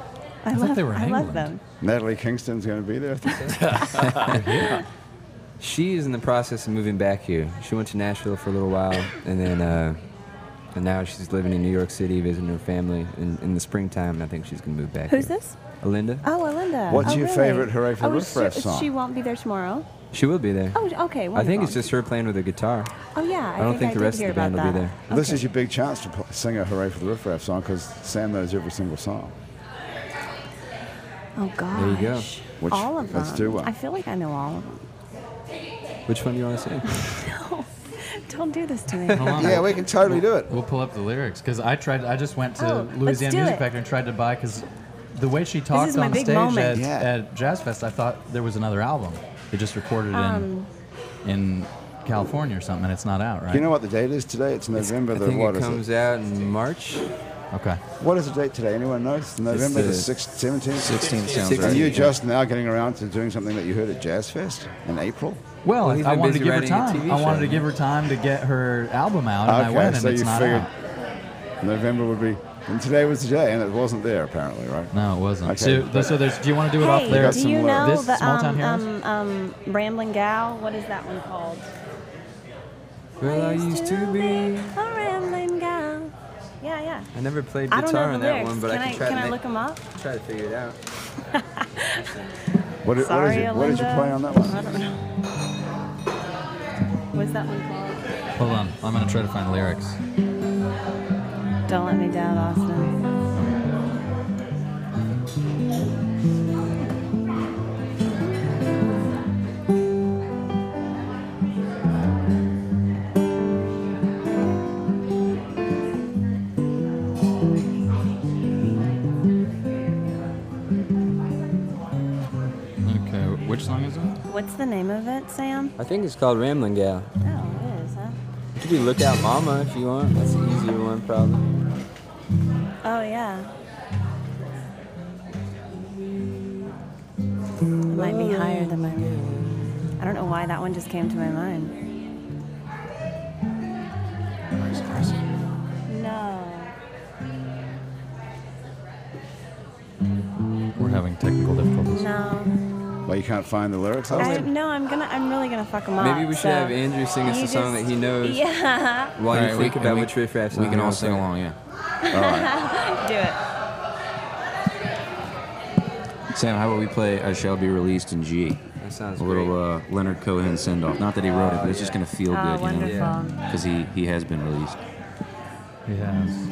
I, thought love. they were in I love England. them. Natalie Kingston's going to be there. I think. She is in the process of moving back here. She went to Nashville for a little while, and then uh, and now she's living in New York City, visiting her family. In, in the springtime, I think she's gonna move back. Who's here. this? Alinda. Oh, Alinda. What's Oh, your really? favorite Hooray for the oh, Riff Raff she, song? She won't be there tomorrow. She will be there. Oh, okay. Wonderful. I think it's just her playing with a guitar. Oh yeah. I, I don't think I the did rest of hear the band about will be that. Well, This Okay. is your big chance to pl- sing a Hooray for the Riff Raff song because Sam knows every single song. Oh gosh. you go. Which- all of them. let's do one. I feel like I know all of them. Which one do you want to sing? Don't do this to me. Hold on. Yeah, we can totally do it. Oh, We'll pull up the lyrics because I tried. I just went to Oh, let's Louisiana do Music it. Factory and tried to buy because the way she talked is my on big stage moment. at, Yeah. at Jazz Fest, I thought there was another album. They just recorded Um. in in California or something, and it's not out, right? Do you know what the date is today? It's November I the think what it is comes it? out in March. okay. What is the date today? Anyone knows? It's November the the sixth, seventeenth. 16 sounds Are Sixteen. right. you yeah. just now getting around to doing something that you heard at Jazz Fest in April? Well, he's I been wanted to busy give her writing a time. TV I show. wanted to give her time to get her album out, and I Okay, went, and so it's you not figured- out. November would be, and today was the day, and it wasn't there apparently, right? No, it wasn't. Okay. So, so there's. Do you want to do it off hey, there? got do some you know lyrics. This the Small Town um, um, Heroes? um, Rambling Gal? What is that one called? Well, I used to be. a rambling gal. Yeah, yeah. I never played I don't know guitar the on that lyrics. one, but can I can try can to I make- look them up? try to figure it out. What did, what Sorry, did you, what did you Alinda. play on that I one? don't know. What's that one called? Hold on. I'm gonna try to find lyrics. Don't let me down, Austin. Okay. Which song is it? What's the name of it, Sam? I think it's called Rambling Gal. Oh, it is, huh? You could do Look Out Mama if you want. That's an easier one, probably. Oh, yeah. It might be higher than my. I don't know why that one just came to my mind. No. We're having technical difficulties. No. Well, you can't find the lyrics. I, Austin? no, I'm gonna. I'm really gonna fuck them up. Maybe we should so- have Andrew sing us You a song just- that he knows Yeah. All while you right, think we- about we- which riff raff We can all sing along, yeah. Do it. Sam, how about we play "I Shall Be Released" in G? That sounds a little uh, Leonard Cohen send off. Not that he wrote it, but it's just gonna feel Oh, good, you know, wonderful. because he he has been released. Yes.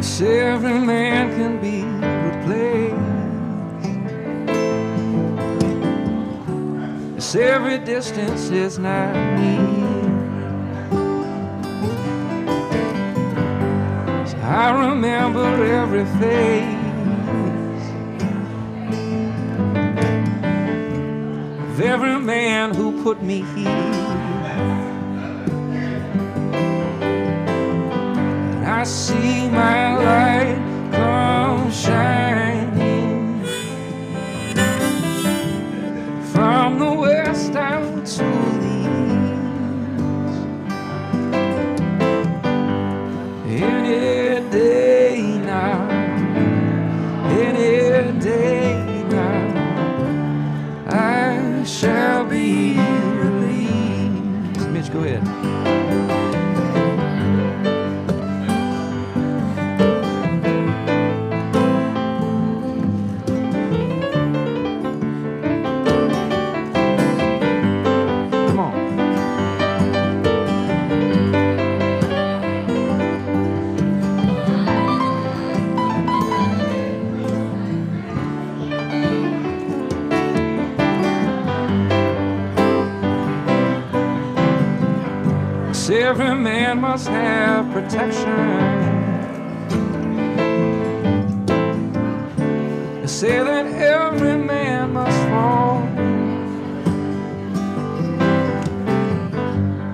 Say every man can be replaced. Yes, every distance is not needed. So I remember every face of every man who put me here. I see my light come shining from the west out to the east. Any day now, any day now, I shall be released. Mitch, go ahead. Come on. Yes, Every man must have protection. They say that every man must fall.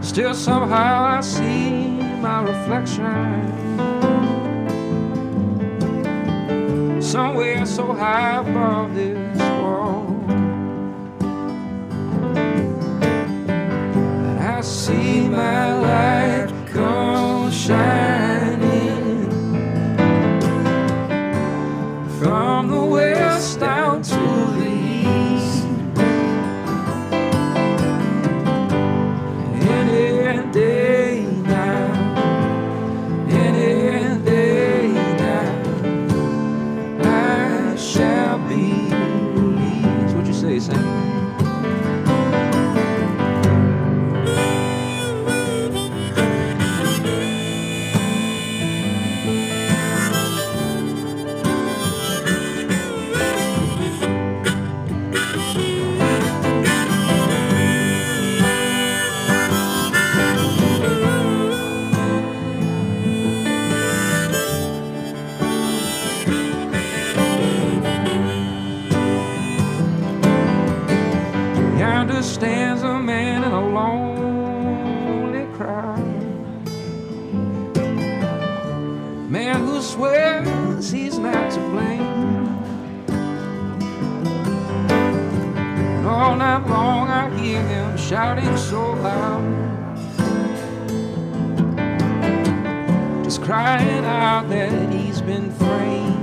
Still somehow I see my reflection Somewhere so high above this world And I see my light come shining From the west down to the east Any day now, any day now, I shall be released. What you say, Sam? Yonder stands a man in a lonely crowd. Man who swears he's not to blame. And all night long I hear him shouting so loud. Just crying out that he's been framed.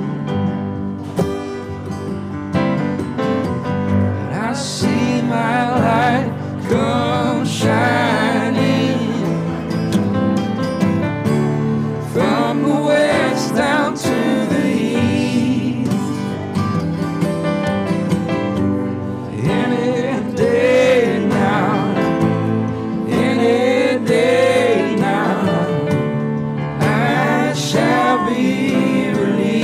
I see my light come shining from the west down to the east. Any day now, any day now, I shall be released.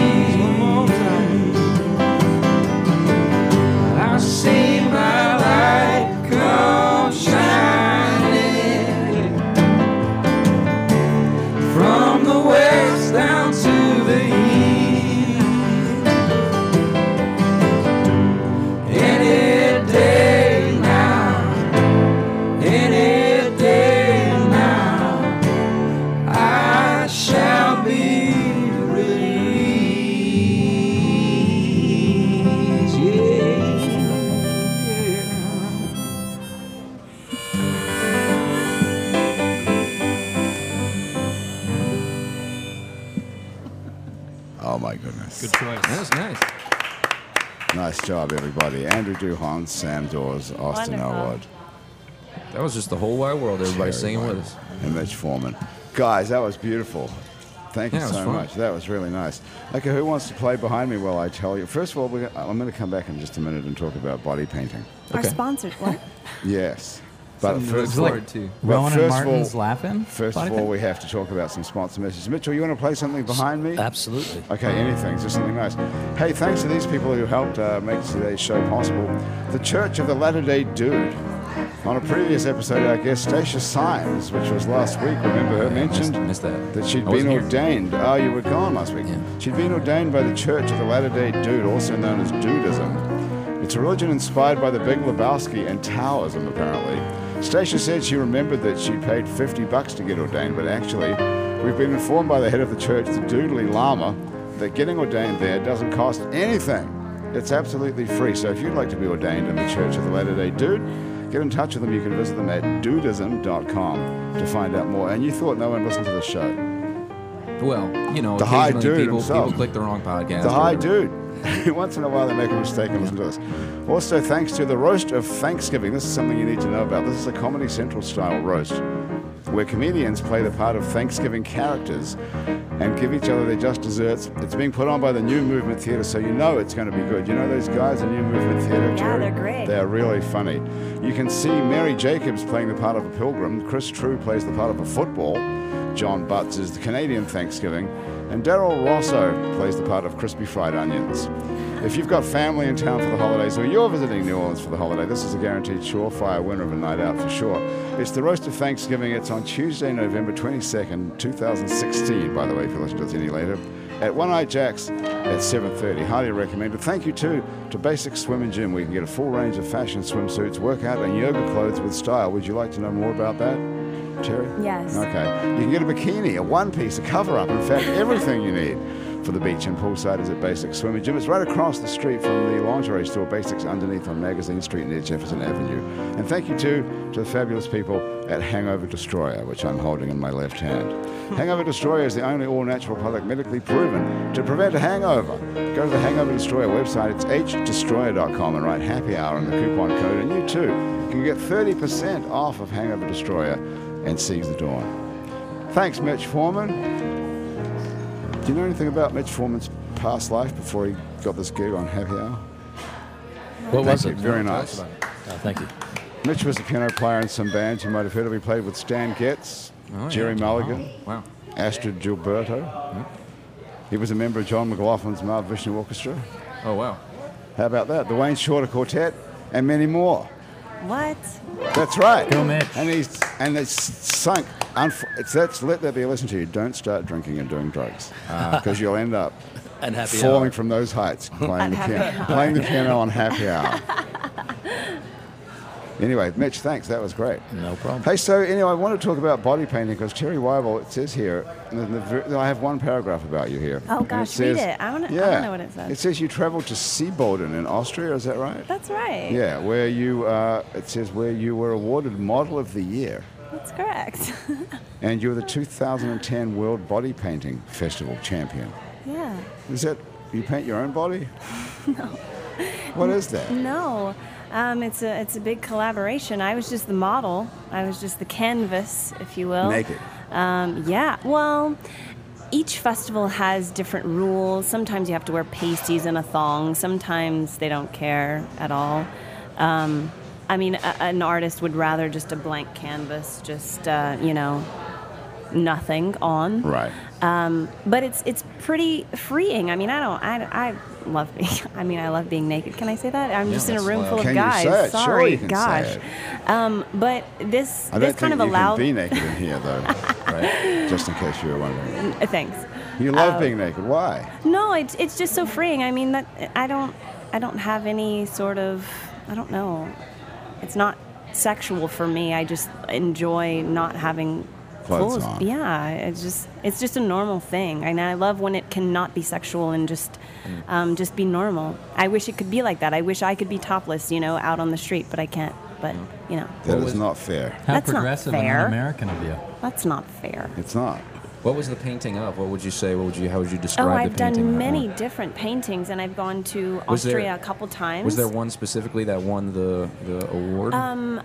I shall be released. Yeah. Oh my goodness. Good choice. That was nice. Nice job, everybody. Andrew Duhon, Sam Dawes, Austin Wonderful. Elwood, That was just the whole wide world. Everybody singing with us. and Mitch Foreman. Guys, that was beautiful. Thank you Yeah, it was so fun. much. That was really nice. Okay, who wants to play behind me while I tell you? First of all, we I'm going to come back in just a minute and talk about body painting. Our sponsored what? Yes. But Something to first, look of all- forward to. well, Rowan and first of all- Martin's laughing. First Body of all, thing? we have to talk about some sponsor messages. Mitchell, you want to play something behind me? Absolutely. Okay, anything, just something nice. Hey, thanks to these people who helped uh, make today's show possible. The Church of the Latter Day Dude. On a previous episode, our guest Stacia Symes, which was last week, remember her mentioned Missed, missed that. that she had I been wasn't here. ordained. Oh, you were gone last week. Yeah. She'd been ordained by the Church of the Latter Day Dude, also known as Dudism. It's a religion inspired by the Big Lebowski and Taoism, apparently. Stacia said she remembered that she paid 50 bucks to get ordained, but actually, we've been informed by the head of the church, the Doodly Lama, that getting ordained there doesn't cost anything. It's absolutely free. So if you'd like to be ordained in the Church of the Latter Day Dude, Get in touch with them. You can visit them at dudism.com to find out more. And you thought no one listened to the show. Well, you know, The high occasionally dude people, himself. people click the wrong podcast. The or high whatever. dude. Once in a while, they make a mistake and listen to this. Also, thanks to the roast of Thanksgiving. This is something you need to know about. This is a Comedy Central style roast where comedians play the part of Thanksgiving characters and give each other their just desserts. It's being put on by the New Movement Theatre, so you know it's going to be good. You know those guys at New Movement Theatre? Yeah, Jerry? they're great. They're really funny. You can see Mary Jacobs playing the part of a pilgrim, Chris True plays the part of a football. John Butts is the Canadian Thanksgiving, and Daryl Rosso plays the part of Crispy Fried Onions. If you've got family in town for the holidays or you're visiting New Orleans for the holiday, this is a guaranteed surefire winner of a night out for sure. It's the Roast of Thanksgiving. It's on Tuesday, November 22nd, 2016, by the way, if you listen to this any later, at One Eye Jack's at 7.30. Highly recommended. Thank you, too, to Basic Swim and Gym, where you can get a full range of fashion swimsuits, workout, and yoga clothes with style. Would you like to know more about that, Terry? Yes. Okay. You can get a bikini, a one piece, a cover up, in fact, everything you need for the beach and poolside is at Basic Swimming Gym. It's right across the street from the lingerie store, Basics Underneath on Magazine Street near Jefferson Avenue. And thank you, too, to the fabulous people at Hangover Destroyer, which I'm holding in my left hand. Hangover Destroyer is the only all natural product medically proven to prevent a hangover. Go to the Hangover Destroyer website, it's hdestroyer.com, and write happy hour in the coupon code, and you too can get 30% off of Hangover Destroyer and sees the dawn. Thanks, Mitch Foreman. Do you know anything about Mitch Foreman's past life before he got this gig on Happy Hour? What was Thank it? you. Very nice. Oh, thank you. Mitch was a piano player in some bands you might have heard of. He played with Stan Getz, Oh, yeah. Jerry Mulligan, Wow. Astrid Gilberto. He was a member of John McLaughlin's Mahavishnu Orchestra. Oh, wow. How about that? The Wayne Shorter Quartet, and many more. What? That's right. Go Mitch. And he's and it's sunk. Unf- it's that's let that be a lesson to you. Don't start drinking and doing drugs Ah. because you'll end up And happy hour. falling from those heights playing the, Happy piano, Hour. playing the piano on happy hour. anyway, Mitch, thanks. That was great. No problem. Hey, so anyway, I want to talk about body painting because Terry Weibel, it says here, in the- in the ver- I have one paragraph about you here. Oh, And gosh, read it. I wanna- I wanna know what it says. It says you traveled to Seabolden in Austria. Is that right? That's right. Yeah, where you uh, it says where you were awarded Model of the Year, That's correct. and you were the 2010 World Body Painting Festival champion. yeah. Is that you paint your own body? no. What is that? No, um, it's a it's a big collaboration. I was just the model. I was just the canvas, if you will. Naked. Um, yeah. Well. Each festival has different rules. Sometimes you have to wear pasties and a thong. Sometimes they don't care at all. Um, I mean, a, an artist would rather just a blank canvas, just uh, you know, nothing on. Right. Um, but it's it's pretty freeing. I mean, I don't. I, I love being. I mean, I love being naked. Can I say that? I'm just in a that's room allowed. full of Can you guys. say it? Sure Sorry, you can say gosh. Um, but this I don't this think kind of you allows. can be naked in here though. right? Just in case you were wondering. Uh, Thanks. You love Um, being naked. Why? No, it's it's just so freeing. I mean, that I don't I don't have any sort of I don't know. It's not sexual for me. I just enjoy not having clothes full on. Of, yeah, it's just it's just a normal thing, and I love when it cannot be sexual and just Mm. um, just be normal. I wish it could be like that. I wish I could be topless, you know, out on the street, but I can't. But Mm. you know, That is not fair. How That's not progressive fair. and un-American of you. that's not fair. It's not. What was the painting of? What would you say? What would you? How would you describe Oh, the I've painting? of done that many one? different paintings, and I've gone to Was there- Austria a couple times. Was there one specifically that won the the award? Um,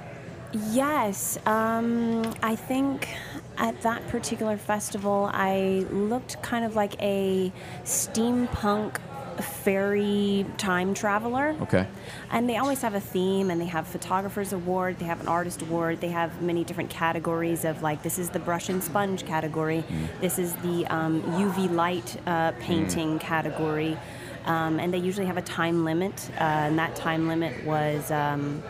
Yes, um, I think at that particular festival, I looked kind of like a steampunk fairy time traveler. okay. And they always have a theme, and they have photographers award, they have an artist award, they have many different categories of like this is the brush and sponge category, Mm. this is the um, UV light uh, painting category, um, and they usually have a time limit, uh, and that time limit was um,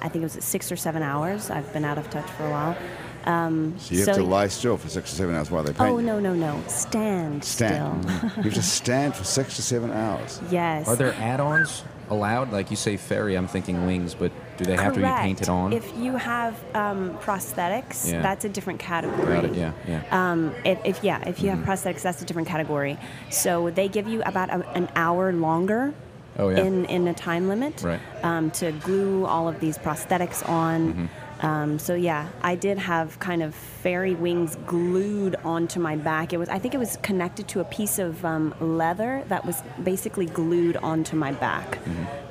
I think it was six or seven hours. I've been out of touch for a while. Um, So you have to lie still for six or seven hours while they paint. Oh you. no no no! Stand, Stand. still. you have to stand for six to seven hours. yes. Mm. Are there add-ons allowed? Like you say, fairy. I'm thinking wings, but do they have to Correct. be painted on? If you have um, prosthetics, Yeah. that's a different category. Got it. Yeah. Yeah. Um, if, if yeah, if you Mm-hmm. have prosthetics, that's a different category. So they give you about a, an hour longer. Oh, yeah. In in a time limit. Right. Um, to glue all of these prosthetics on. Mm-hmm. Um, so yeah, I did have kind of fairy wings glued onto my back. It was I think it was connected to a piece of um, leather that was basically glued onto my back,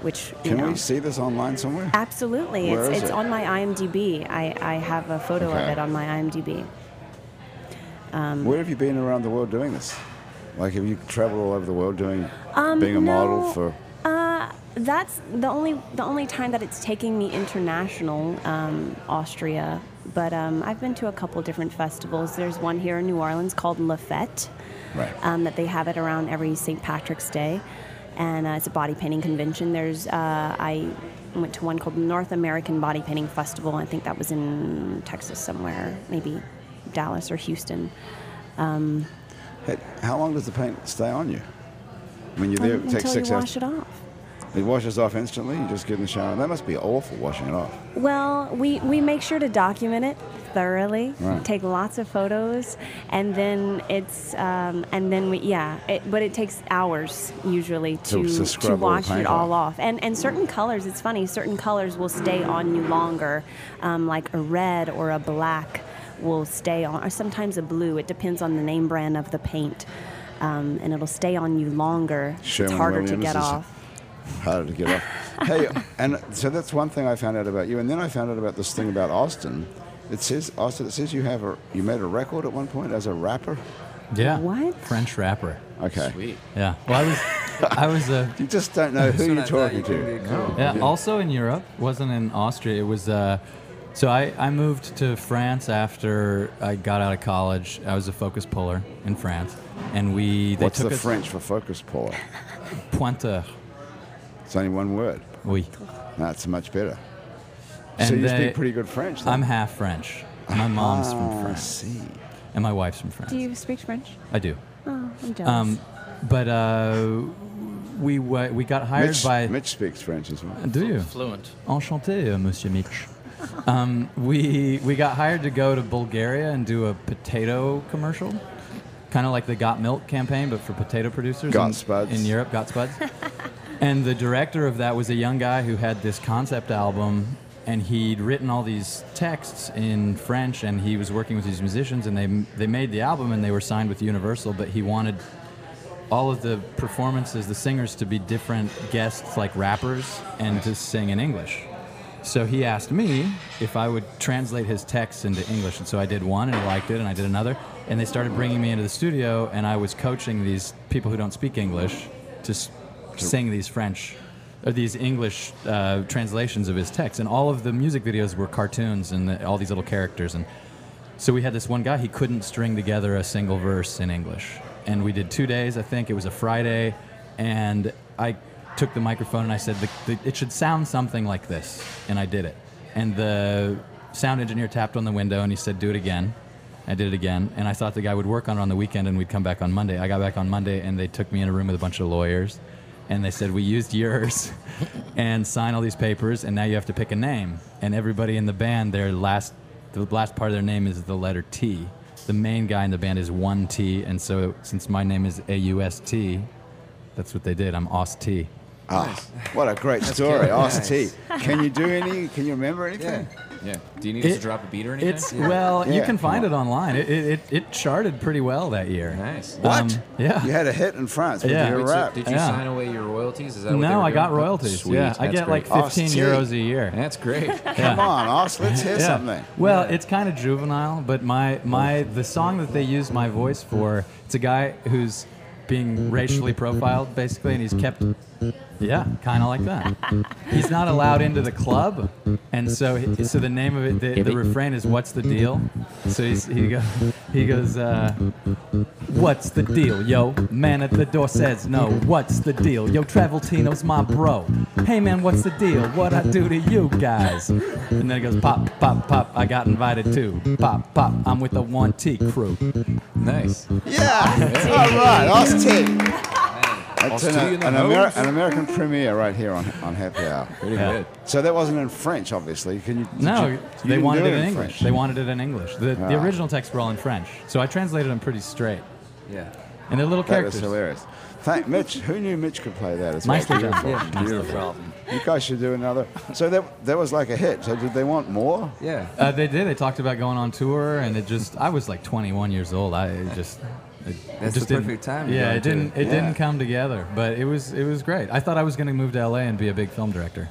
which you Mm-hmm. Can know. we see this online somewhere? Absolutely, Where it's is it's it? on my IMDb. I, I have a photo of Okay. it on my IMDb. Where have you been around the world doing this? Like, have you traveled all over the world doing being a model Um, no. for? Uh, that's the only the only time that it's taking me international, um, Austria. But um, I've been to a couple different festivals. There's one here in New Orleans called La Fête, Right. um, that they have it around every St. Patrick's Day, and uh, it's a body painting convention. There's uh, I went to one called North American Body Painting Festival. I think that was in Texas somewhere, maybe Dallas or Houston. Hey, how long does the paint stay on you? When you're there, Um, it takes until six you hours. wash it off. It washes off instantly. You just get in the shower. That must be awful washing it off. Well, we, we make sure to document it thoroughly, Right. take lots of photos, and then it's um, and then we yeah. It, but it takes hours usually To- to to to, scrub all the wash paint it all off. off. And and certain colors, it's funny. Certain colors will stay on you longer, um, like a red or a black will stay on, or sometimes a blue. It depends on the name brand of the paint, um, and it'll stay on you longer. Sherwin it's harder Williams to get is- off. Harder to get off. hey, and so that's one thing I found out about you. And then I found out about this thing about Austin. It says Austin. It says you have a you made a record at one point as a rapper. Yeah. What? French rapper. Okay. Sweet. Yeah. Well, I was, I was a. You just don't know who you're talking to. Yeah, also in Europe, wasn't in Austria. It was. Uh, so I, I moved to France after I got out of college. I was a focus puller in France, and we they What's took the us French for focus puller? pointeur. It's only one word. Oui. That's much better. And so you they- speak pretty good French. Then. I'm half French. My mom's from Ah, I France, see. and my wife's from France. Do you speak French? I do. Oh, I'm jealous. Um, but uh, we wa we got hired Mitch, by. Mitch speaks French as well. Do you? Fluent. Enchanté, uh, Monsieur Mitch. Um, we we got hired to go to Bulgaria and do a potato commercial, kind of like the Got Milk campaign, but for potato producers. Got in, Spuds. in Europe, Got Spuds. and the director of that was a young guy who had this concept album, and he'd written all these texts in French, and he was working with these musicians, and they they made the album, and they were signed with Universal, but he wanted all of the performances, the singers, to be different guests, like rappers, and to sing in English. So he asked me if I would translate his texts into English, and so I did one, and he liked it, and I did another, and they started bringing me into the studio, and I was coaching these people who don't speak English to s- sing these French or these English uh, translations of his texts, and all of the music videos were cartoons and the, all these little characters, and so we had this one guy, he couldn't string together a single verse in English. And we did two days, I think. It was a Friday. And I took the microphone and I said, the, the, it should sound something like this. And I did it. And the sound engineer tapped on the window and he said, do it again. I did it again. And I thought the guy would work on it on the weekend and we'd come back on Monday. I got back on Monday and they took me in a room with a bunch of lawyers. And they said, we used yours and sign all these papers. And now you have to pick a name. And everybody in the band, their last the last part of their name is the letter T. The main guy in the band is one T, and so since my name is A U S T, that's what they did. I'm Aus T. Ah, what a great story. good. Ask T. Can you do any? Can you remember anything? Yeah. Do you need us It- to drop a beat or anything? It's well, Yeah, you come can find it online. It, it, it, it charted pretty well that year. nice. What? Um, yeah. You had a hit in France with Yeah. your Wait, so rap. did you Yeah. sign away your royalties? Is that what they No, were I got doing? royalties. Sweet. yeah, I That's get great. like Austin. 15 euros a year. That's great. Come on, Os, let's hear something. Well, it's kind of juvenile, but my my the song that they use my voice for, it's a guy who's being racially profiled basically and he's kept yeah, kind of like that. He's not allowed into the club, and so he- so the name of it, the, the refrain is "What's the deal?" So he's, he go, he goes, uh, "What's the deal, yo? Man at the door says no. What's the deal, yo? Traveltino's my bro. Hey man, what's the deal? What I do to you guys?" And then he goes, "Pop, pop, pop. I got invited too. Pop, pop. I'm with the One T crew." nice. Yeah. All right, Os T. That's Aus an, T in the an, Ameri- house. an American premiere right here on, on Happy Hour. Pretty Yeah. good. So that wasn't in French, obviously. Can you? did No, you- you they didn't wanted do it in English. They wanted it in English. The, the Ah. original texts were all in French, so I translated them pretty straight. Yeah. And they're little That was characters. hilarious. Thank Mitch. Who knew Mitch could play that as well? Nicely done. Beautiful, Yeah. No beautiful. problem. You guys should do another. So that that was like a hit. So did they want more? Yeah. Uh, they did. They talked about going on tour, and it just I was like 21 years old. I it just it That's just the didn't- perfect time to Yeah, go it into didn't it Yeah. didn't come together, but it was it was great. I thought I was going to move to LA and be a big film director.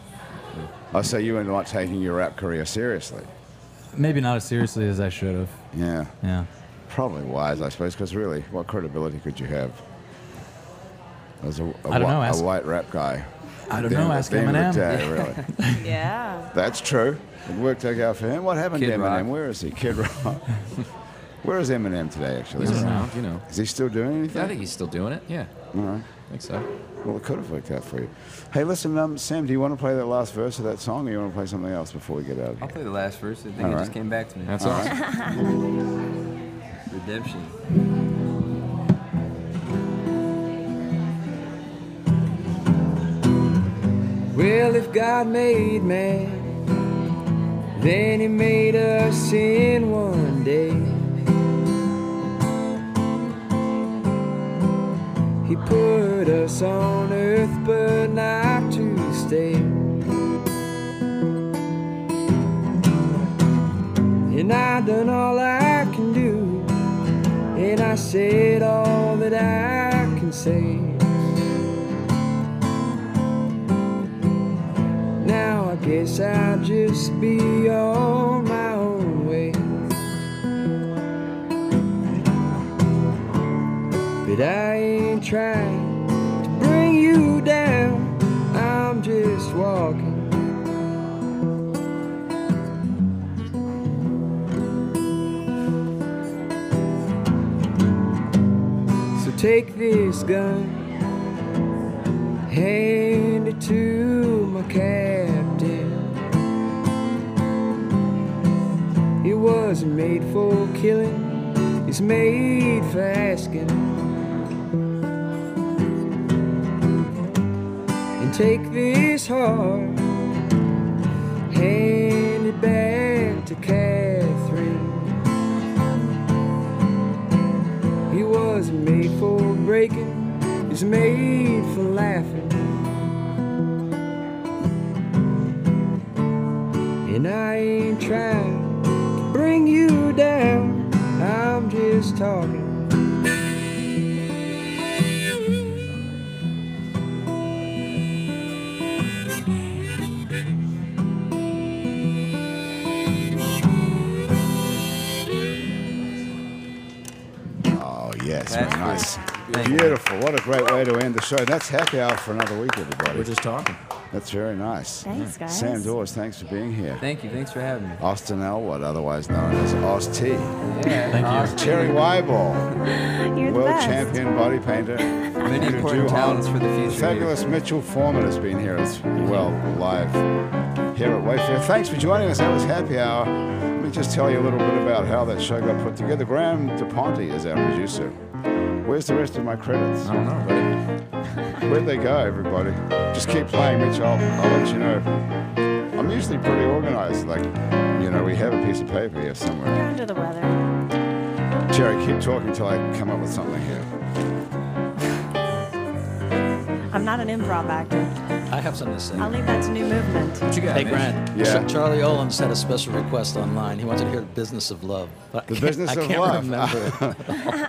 Oh, so you were not taking your rap career seriously? Maybe not as seriously as I should have. Yeah. Yeah. Probably wise, I suppose, because really, what credibility could you have as a, a I don't whi- know, a ask- white rap guy? I don't At the know. end- Ask at the end of Eminem. the day, really. Yeah. That's true. It worked out for him. What happened to Kid Eminem? Rock. Where is he? Kid Rock. Where is Eminem today, actually? He's around, you know. Is he still doing anything? I think he's still doing it. Yeah. All right. I think so. Well, it could have worked out for you. Hey, listen, um, Sam, do you want to play that last verse of that song or you want to play something else before we get out of I'll here? play the last verse. I think it All just right. came back to me. That's all. Redemption. Well, if God made man, then he made us in one day. He put us on earth, but not to stay. And I done all I can do. And I said all that I can say. Now I guess I'll just be on my own way. But I ain't trying to bring you down. I'm just walking. So take this gun, hand it to my captain. It wasn't made for killing, it's made for asking. And take this heart, hand it back to Catherine. He wasn't made for breaking, he's made for laughing. And I ain't trying to bring you down, I'm just talking. Oh, yes. That's nice. Thank you. Beautiful. What a great way to end the show. That's happy hour for another week, everybody. We're just talking. That's very nice. Thanks, guys. Sam Dawes, thanks for being here. Thank you, thanks for having me. Austin Elwood, otherwise known as Oz T. Thank you. Terry Weibel, You're the world best. champion body painter. Many Andrew important Duhon. talents for the future. Fabulous Mitchell Foreman has been here as well, live here at Wayfair. Thanks for joining us. That was Happy Hour. Let me just tell you a little bit about how that show got put together. Graham DePonte is our producer. Where's the rest of my credits? I don't know, buddy. Where'd they go, everybody? Just keep playing, Mitch. I'll, I'll let you know. I'm usually pretty organized. Like, You know, we have a piece of paper here You're somewhere. under the weather. Jerry, keep talking till I come up with something here. I'm not an improv actor. I have something to say. I'll leave that to new movement. What you got, Hey, Mitch? Grant. Yeah. Charlie Olin's had a special request online. He wanted to hear the business of love. But I The can't- business I of can't love. remember it.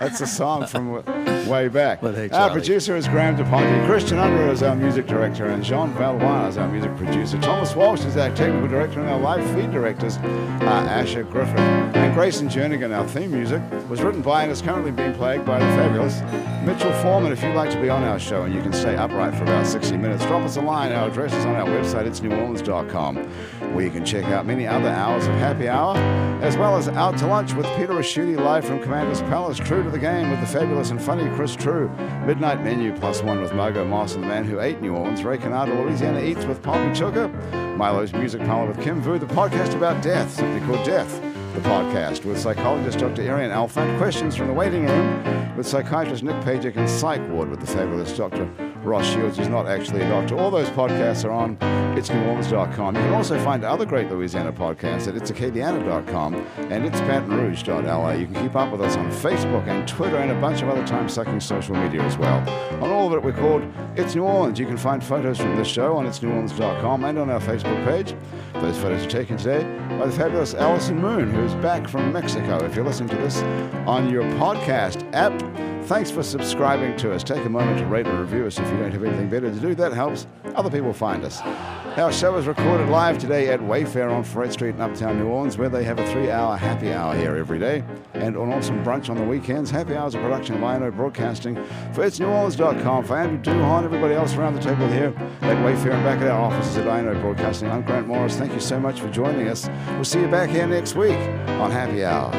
That's a song from w- way back. Well, hey, our Charlie. producer is Graham DePonte. Christian Under is our music director, and Jean Valois is our music producer. Thomas Walsh is our technical director, and our live feed directors are Asher Griffin and Grayson Jernigan. Our theme music was written by and is currently being played by the fabulous Mitchell Foreman. If you'd like to be on our show and you can stay upright for about 60 minutes, drop us a line. Our address is on our website, it's neworleans.com, where you can check out many other hours of happy hour, as well as out to lunch with Peter Raschuti live from Commander's Palace, True to the Game with the fabulous and funny Chris True, Midnight Menu plus one with Margot Moss and the man who ate New Orleans, Ray Canada, Louisiana Eats with Poppy Chooker, Milo's Music Parlor with Kim Vu, the podcast about death, simply called Death the podcast with psychologist Dr. Arian Alfant, questions from the waiting room with psychiatrist Nick Pajic and Psych Ward with the fabulous Dr. Ross Shields, who's not actually a doctor. All those podcasts are on itsneworleans.com. You can also find other great Louisiana podcasts at itsacadiana.com and itsbatonrouge.la. You can keep up with us on Facebook and Twitter and a bunch of other time-sucking social media as well. On all of it, we're called It's New Orleans. You can find photos from this show on itsneworleans.com and on our Facebook page. Those photos are taken today by the fabulous Allison Moon, who's back from Mexico. If you're listening to this on your podcast app, thanks for subscribing to us. Take a moment to rate and review us if you don't have anything better to do. That helps other people find us. Our show is recorded live today at Wayfair on Freight Street in Uptown New Orleans, where they have a three hour happy hour here every day and an awesome brunch on the weekends. Happy Hours a production of INO Broadcasting for itsneworleans.com. For Andrew Duhon, everybody else around the table here at Wayfair and back at our offices at INO Broadcasting, I'm Grant Morris. Thank you so much for joining us. We'll see you back here next week on Happy Hour.